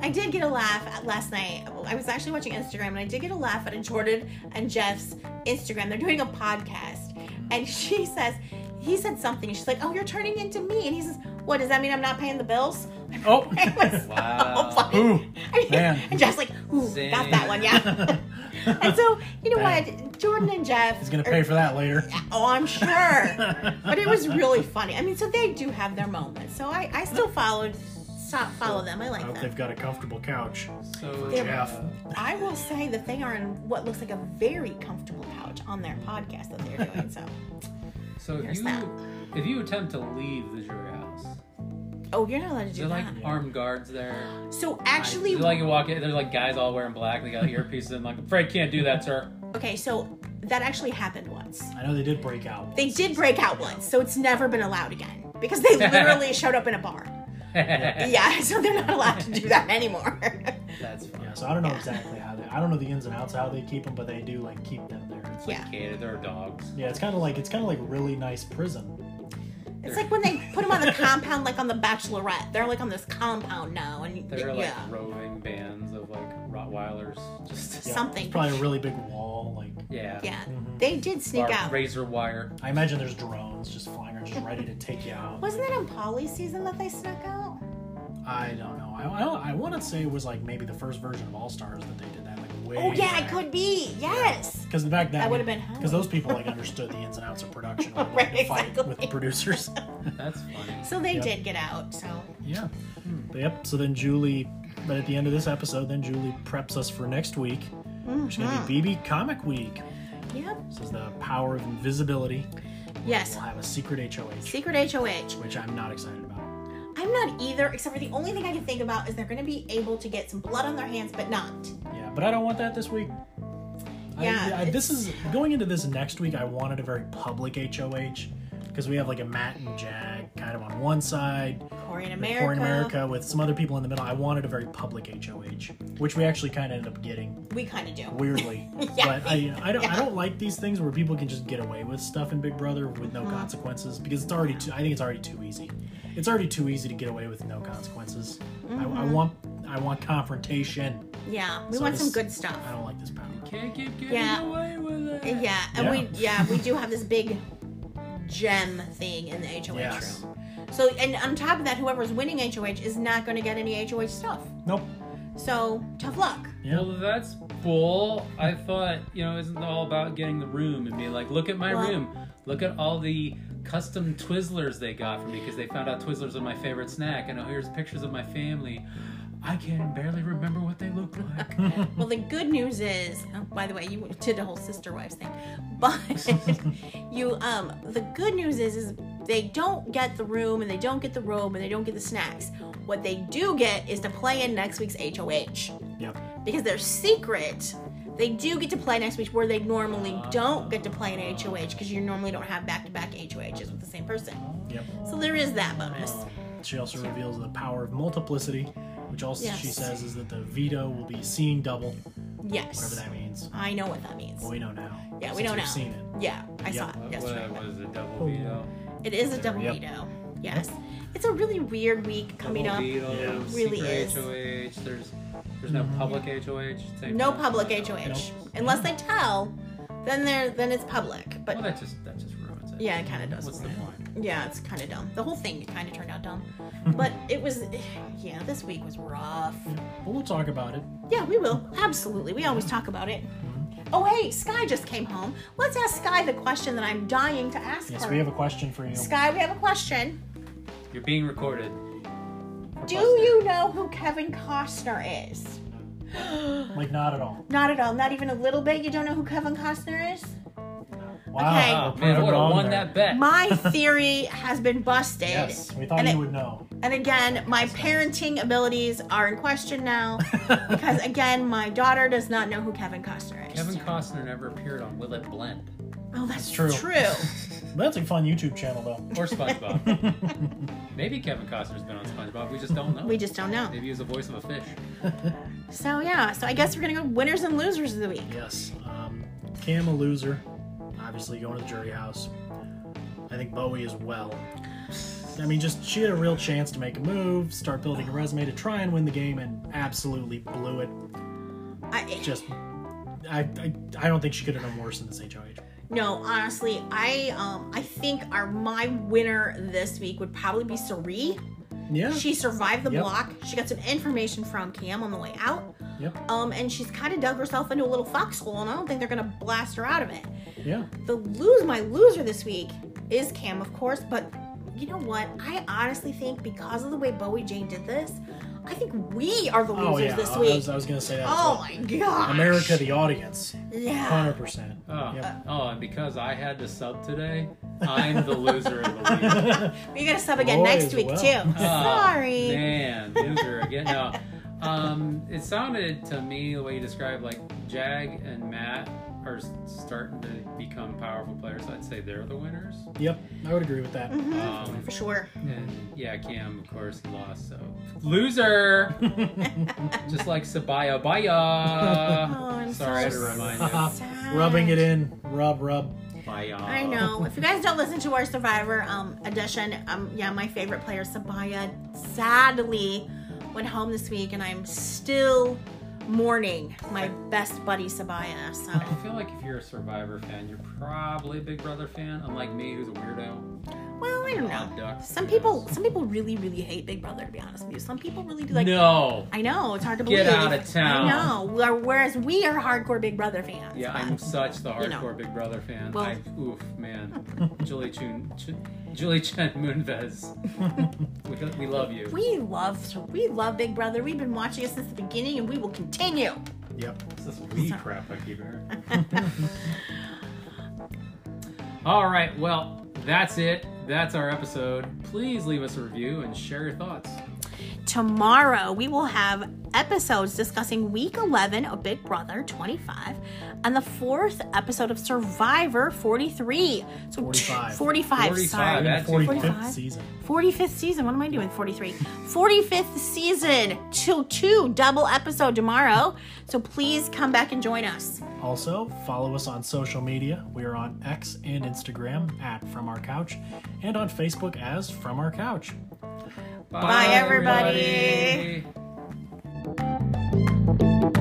Speaker 3: I did get a laugh at last night. I was actually watching Instagram and I did get a laugh at a Jordan and Jeff's Instagram. They're doing a podcast. And she says, he said something. She's like, oh, you're turning into me. And he says, what, does that mean I'm not paying the bills?
Speaker 1: Oh.
Speaker 3: It was
Speaker 2: Wow.
Speaker 3: so funny.
Speaker 1: Ooh.
Speaker 3: I mean,
Speaker 1: Uh, Man.
Speaker 3: And Jeff's like, ooh,
Speaker 2: Zing.
Speaker 3: got that one, yeah. and so, you know what? Jordan and Jeff.
Speaker 1: He's gonna pay for that later.
Speaker 3: Oh, I'm sure. but it was really funny. I mean, so they do have their moments. So I, I still followed, stop, follow them. I
Speaker 1: I
Speaker 3: like
Speaker 1: hope
Speaker 3: them.
Speaker 1: they've got a comfortable couch.
Speaker 2: So
Speaker 1: Jeff.
Speaker 2: uh,
Speaker 3: I will say that they are in what looks like a very comfortable couch on their podcast that they're doing. So,
Speaker 2: so if
Speaker 3: There's
Speaker 2: you
Speaker 3: that.
Speaker 2: if you attempt to leave the jury house,
Speaker 3: oh, you're not allowed to do
Speaker 2: they're like
Speaker 3: that.
Speaker 2: armed guards there.
Speaker 3: So
Speaker 2: I-
Speaker 3: actually,
Speaker 2: they're like you walk in, they're like guys all wearing black. They got earpieces. I'm like, I'm afraid can't do that, sir.
Speaker 3: okay, so that actually happened once.
Speaker 1: I know they did break out.
Speaker 3: They did break out once, so it's never been allowed again because they literally showed up in a bar. Yeah, so they're not allowed to do that anymore.
Speaker 2: That's fine.
Speaker 1: Yeah, so I don't know exactly how they. I don't know the ins and outs how they keep them, but they do like keep them there.
Speaker 2: It's
Speaker 3: Yeah.
Speaker 2: like Canada or dogs.
Speaker 1: Yeah, it's kind of like it's kind of like really nice prison.
Speaker 3: it's like when they put them on the compound, like on The Bachelorette. They're like on this compound now, and
Speaker 2: They're like
Speaker 3: yeah,
Speaker 2: roving bands of like Rottweilers. Just
Speaker 1: Yeah,
Speaker 3: Something.
Speaker 1: It's probably a really big wall. Like
Speaker 2: yeah.
Speaker 3: yeah.
Speaker 1: Mhm.
Speaker 3: They did sneak
Speaker 2: Bar-
Speaker 3: out.
Speaker 2: Razor wire.
Speaker 1: I imagine there's drones just flying around, just ready to take you out.
Speaker 3: Wasn't that on Polly's season that they snuck out?
Speaker 1: I don't know. I I, I want to say it was like maybe the first version of All Stars that they did that. Like way.
Speaker 3: Oh yeah, it could be. Yes.
Speaker 1: Because back then
Speaker 3: That would've been
Speaker 1: because those people like understood the ins and outs of production, like,
Speaker 3: Right,
Speaker 1: to fight
Speaker 3: exactly.
Speaker 1: with the producers.
Speaker 2: That's funny.
Speaker 3: So they
Speaker 1: Yep.
Speaker 3: did get out. So
Speaker 1: Yeah. But yep. So then Julie, but at the end of this episode, then Julie preps us for next week. It's
Speaker 3: Hmm.
Speaker 1: gonna be BB Comic Week.
Speaker 3: Mm-hmm. yep.
Speaker 1: This is the power of invisibility.
Speaker 3: Yes.
Speaker 1: We'll have a secret HOH,
Speaker 3: Secret HOH.
Speaker 1: which I'm not excited about.
Speaker 3: I'm not either, except for the only thing I can think about is they're going to be able to get some blood on their hands, but not.
Speaker 1: Yeah, but I don't want that this week. I-
Speaker 3: Yeah,
Speaker 1: I, this is going into this next week. I wanted a very public HOH because we have like a Matt and Jack kind of on one side,
Speaker 3: Corey in
Speaker 1: like
Speaker 3: America.
Speaker 1: Corey in America with some other people in the middle. I wanted a very public HOH, which we actually kind of ended up getting.
Speaker 3: We kind of do.
Speaker 1: weirdly.
Speaker 3: Yeah.
Speaker 1: But I, I don't, I
Speaker 3: Yeah.
Speaker 1: don't like these things where people can just get away with stuff in Big Brother with
Speaker 3: Uh-huh.
Speaker 1: no consequences because it's already. Too, I think it's already too easy. It's already too easy to get away with no consequences. I, I
Speaker 3: Mm-hmm.
Speaker 1: want, I want confrontation.
Speaker 3: Yeah, we
Speaker 1: So
Speaker 3: want some
Speaker 1: this-
Speaker 3: good stuff.
Speaker 1: I don't like this power.
Speaker 2: Can't keep getting
Speaker 3: Yeah.
Speaker 2: away with it.
Speaker 3: Yeah, and
Speaker 1: Yeah.
Speaker 3: we yeah we do have this big gem thing in the HOH
Speaker 1: Yes.
Speaker 3: room. So and on top of that, whoever's winning HOH is not going to get any HOH stuff.
Speaker 1: Nope.
Speaker 3: So tough luck.
Speaker 1: Yeah.
Speaker 2: Well, that's bull. I thought, you know, isn't it all about getting the room and being like, look at my
Speaker 3: Well-
Speaker 2: room. Look at all the custom Twizzlers they got for me because they found out Twizzlers are my favorite snack. And oh, here's pictures of my family. I can barely remember what they look like.
Speaker 3: Well, the good news is, oh, by the way, you did a whole sister wives thing, but you um the good news is is they don't get the room and they don't get the robe and they don't get the snacks. What they do get is to play in next week's HOH
Speaker 1: Yep.
Speaker 3: because they're secret. They do get to play next week where they normally
Speaker 1: Uh.
Speaker 3: don't get to play an HOH because you normally don't have back to back HOHs with the same person.
Speaker 1: Yep.
Speaker 3: So there is that bonus.
Speaker 1: She also reveals the power of multiplicity, which also she
Speaker 3: Yes.
Speaker 1: says is that the veto will be seeing double, whatever
Speaker 3: Yes.
Speaker 1: that means.
Speaker 3: I know what that means.
Speaker 1: Well, we know now.
Speaker 3: Yeah, we
Speaker 1: since
Speaker 3: know
Speaker 1: we've
Speaker 3: now.
Speaker 1: Seen it.
Speaker 3: Yeah, I saw
Speaker 1: Yep.
Speaker 3: it
Speaker 2: What,
Speaker 3: yesterday.
Speaker 2: what, what is it, double veto?
Speaker 3: It is a double
Speaker 1: Yep.
Speaker 3: veto. Yes. It's a really weird week coming
Speaker 2: Double
Speaker 3: up.
Speaker 2: veto,
Speaker 1: Yeah. Mm-hmm.
Speaker 3: Really
Speaker 2: secret
Speaker 3: is.
Speaker 2: HOH. There's, there's no public HOH. Same
Speaker 3: No
Speaker 2: thing.
Speaker 3: public HOH.
Speaker 1: Nope.
Speaker 3: Unless they tell, then they're then it's public.
Speaker 2: Well,
Speaker 3: But
Speaker 2: that just, that just ruins it.
Speaker 3: yeah, it kind of does.
Speaker 2: What's the
Speaker 3: ruin it.
Speaker 2: point?
Speaker 3: Yeah, it's kind of dumb. The whole thing kind of turned out dumb. But it was, yeah, this week was rough.
Speaker 1: But we'll talk about it.
Speaker 3: Yeah, we will. Absolutely. We always talk about it.
Speaker 1: Mm-hmm.
Speaker 3: Oh, hey, Sky just came home. Let's ask Sky the question that I'm dying to ask
Speaker 1: Yes,
Speaker 3: her.
Speaker 1: we have a question for you.
Speaker 3: Sky, we have a question.
Speaker 2: You're being recorded.
Speaker 3: Do you know who Kevin Costner is?
Speaker 1: Like not at all.
Speaker 3: Not at all. Not even a little bit. You don't know who Kevin Costner is?
Speaker 1: Wow.
Speaker 2: Oh, Man, I would have won that bet.
Speaker 3: My theory has been busted.
Speaker 2: Yes.
Speaker 1: We thought
Speaker 3: And
Speaker 1: you
Speaker 3: it-
Speaker 1: would know.
Speaker 3: And again, my parenting abilities are in question now because again, my daughter does not know who Kevin Costner is.
Speaker 2: Kevin Costner never appeared on Will It Blend
Speaker 3: oh, that's
Speaker 1: true.
Speaker 3: true.
Speaker 1: That's a fun YouTube channel, though.
Speaker 2: or SpongeBob. Maybe Kevin Costner's been on SpongeBob. We just don't know.
Speaker 3: we just don't know.
Speaker 2: Maybe he was the voice of a fish.
Speaker 3: So yeah, so I guess we're gonna go winners and losers of the week.
Speaker 1: Yes. Um, Cam, a loser. Obviously, going to the jury house. I think Bowie as well. I mean, just she had a real chance to make a move, start building a resume to try and win the game, and absolutely blew it.
Speaker 3: I,
Speaker 1: Just, I, I, I don't think she could have done worse in this HOH.
Speaker 3: no, honestly, I um I think our my winner this week would probably be Sari.
Speaker 1: Yeah.
Speaker 3: She survived the
Speaker 1: Yep.
Speaker 3: block. She got some information from Cam on the way out.
Speaker 1: yep.
Speaker 3: Um, and she's kind of dug herself into a little foxhole, and I don't think they're gonna blast her out of it.
Speaker 1: Yeah.
Speaker 3: the lose my loser this week is Cam, of course, but you know what? I honestly think because of the way Bowie Jane did this, I think we are the losers
Speaker 1: Oh yeah.
Speaker 3: this
Speaker 1: I
Speaker 3: week.
Speaker 1: was, I was gonna say that. as
Speaker 3: oh
Speaker 1: well.
Speaker 3: my god.
Speaker 1: America, the audience,
Speaker 3: Yeah.
Speaker 1: hundred percent.
Speaker 2: Oh,
Speaker 1: Yep.
Speaker 2: oh, and because I had to sub today, I'm the loser of the week.
Speaker 3: You're gonna sub again
Speaker 1: Boy,
Speaker 3: next
Speaker 1: as
Speaker 3: week
Speaker 1: well.
Speaker 3: too.
Speaker 2: Oh,
Speaker 3: Sorry.
Speaker 2: Man, loser again. No. Um, it sounded to me the way you described like Jag and Matt are s- starting to become powerful players. I'd say they're the winners.
Speaker 1: Yep, I would agree with that.
Speaker 2: Um,
Speaker 3: For sure.
Speaker 2: and yeah, Cam of course he lost, so loser.
Speaker 3: Mm-hmm.
Speaker 2: Just like Sabaya Baya.
Speaker 3: Oh, I'm
Speaker 2: Sorry
Speaker 3: so
Speaker 2: to remind
Speaker 1: Haha.
Speaker 2: you.
Speaker 3: Sad.
Speaker 1: Rubbing it in, rub, rub.
Speaker 2: Baya.
Speaker 3: I know. If you guys don't listen to our Survivor um, edition, um, yeah, my favorite player Sabaya sadly went home this week, and I'm still mourning my best buddy Sabaya. So
Speaker 2: I feel like if you're a Survivor fan, you're probably a Big Brother fan, unlike me, who's a weirdo.
Speaker 3: well, I don't
Speaker 2: Odd
Speaker 3: know.
Speaker 2: duck.
Speaker 3: Some people, some people really, really hate Big Brother. To be honest with you, some people really do like.
Speaker 2: no.
Speaker 3: I know it's hard to
Speaker 2: Get
Speaker 3: believe.
Speaker 2: out of town.
Speaker 3: I know. We are- Whereas we are hardcore Big Brother fans.
Speaker 2: Yeah,
Speaker 3: but-
Speaker 2: I'm such the hardcore
Speaker 3: you know.
Speaker 2: Big Brother fan.
Speaker 3: Well-
Speaker 2: I, oof, man. Julie Chun, Ch- Julie Chen Moonves. we, we love you.
Speaker 3: we love we love Big Brother. We've been watching it since the beginning, and we will continue.
Speaker 1: Yep.
Speaker 2: What's this wee crap I keep hearing? All right, well, that's it. That's our episode. Please leave us a review and share your thoughts.
Speaker 3: Tomorrow, we will have episodes discussing week 11 of Big Brother 25 and the fourth episode of Survivor 43. So
Speaker 1: 45.
Speaker 3: 45. 45,
Speaker 2: 45,
Speaker 3: sorry.
Speaker 2: that's
Speaker 1: Forty
Speaker 3: 45?
Speaker 1: fifth season.
Speaker 3: 45th season. What am I doing? 43. 45th season. Two, two double episode tomorrow. So please come back and join us.
Speaker 1: Also, follow us on social media. We are on X and Instagram at From Our Couch, and on Facebook as From Our Couch.
Speaker 2: Bye,
Speaker 3: everybody.
Speaker 2: everybody.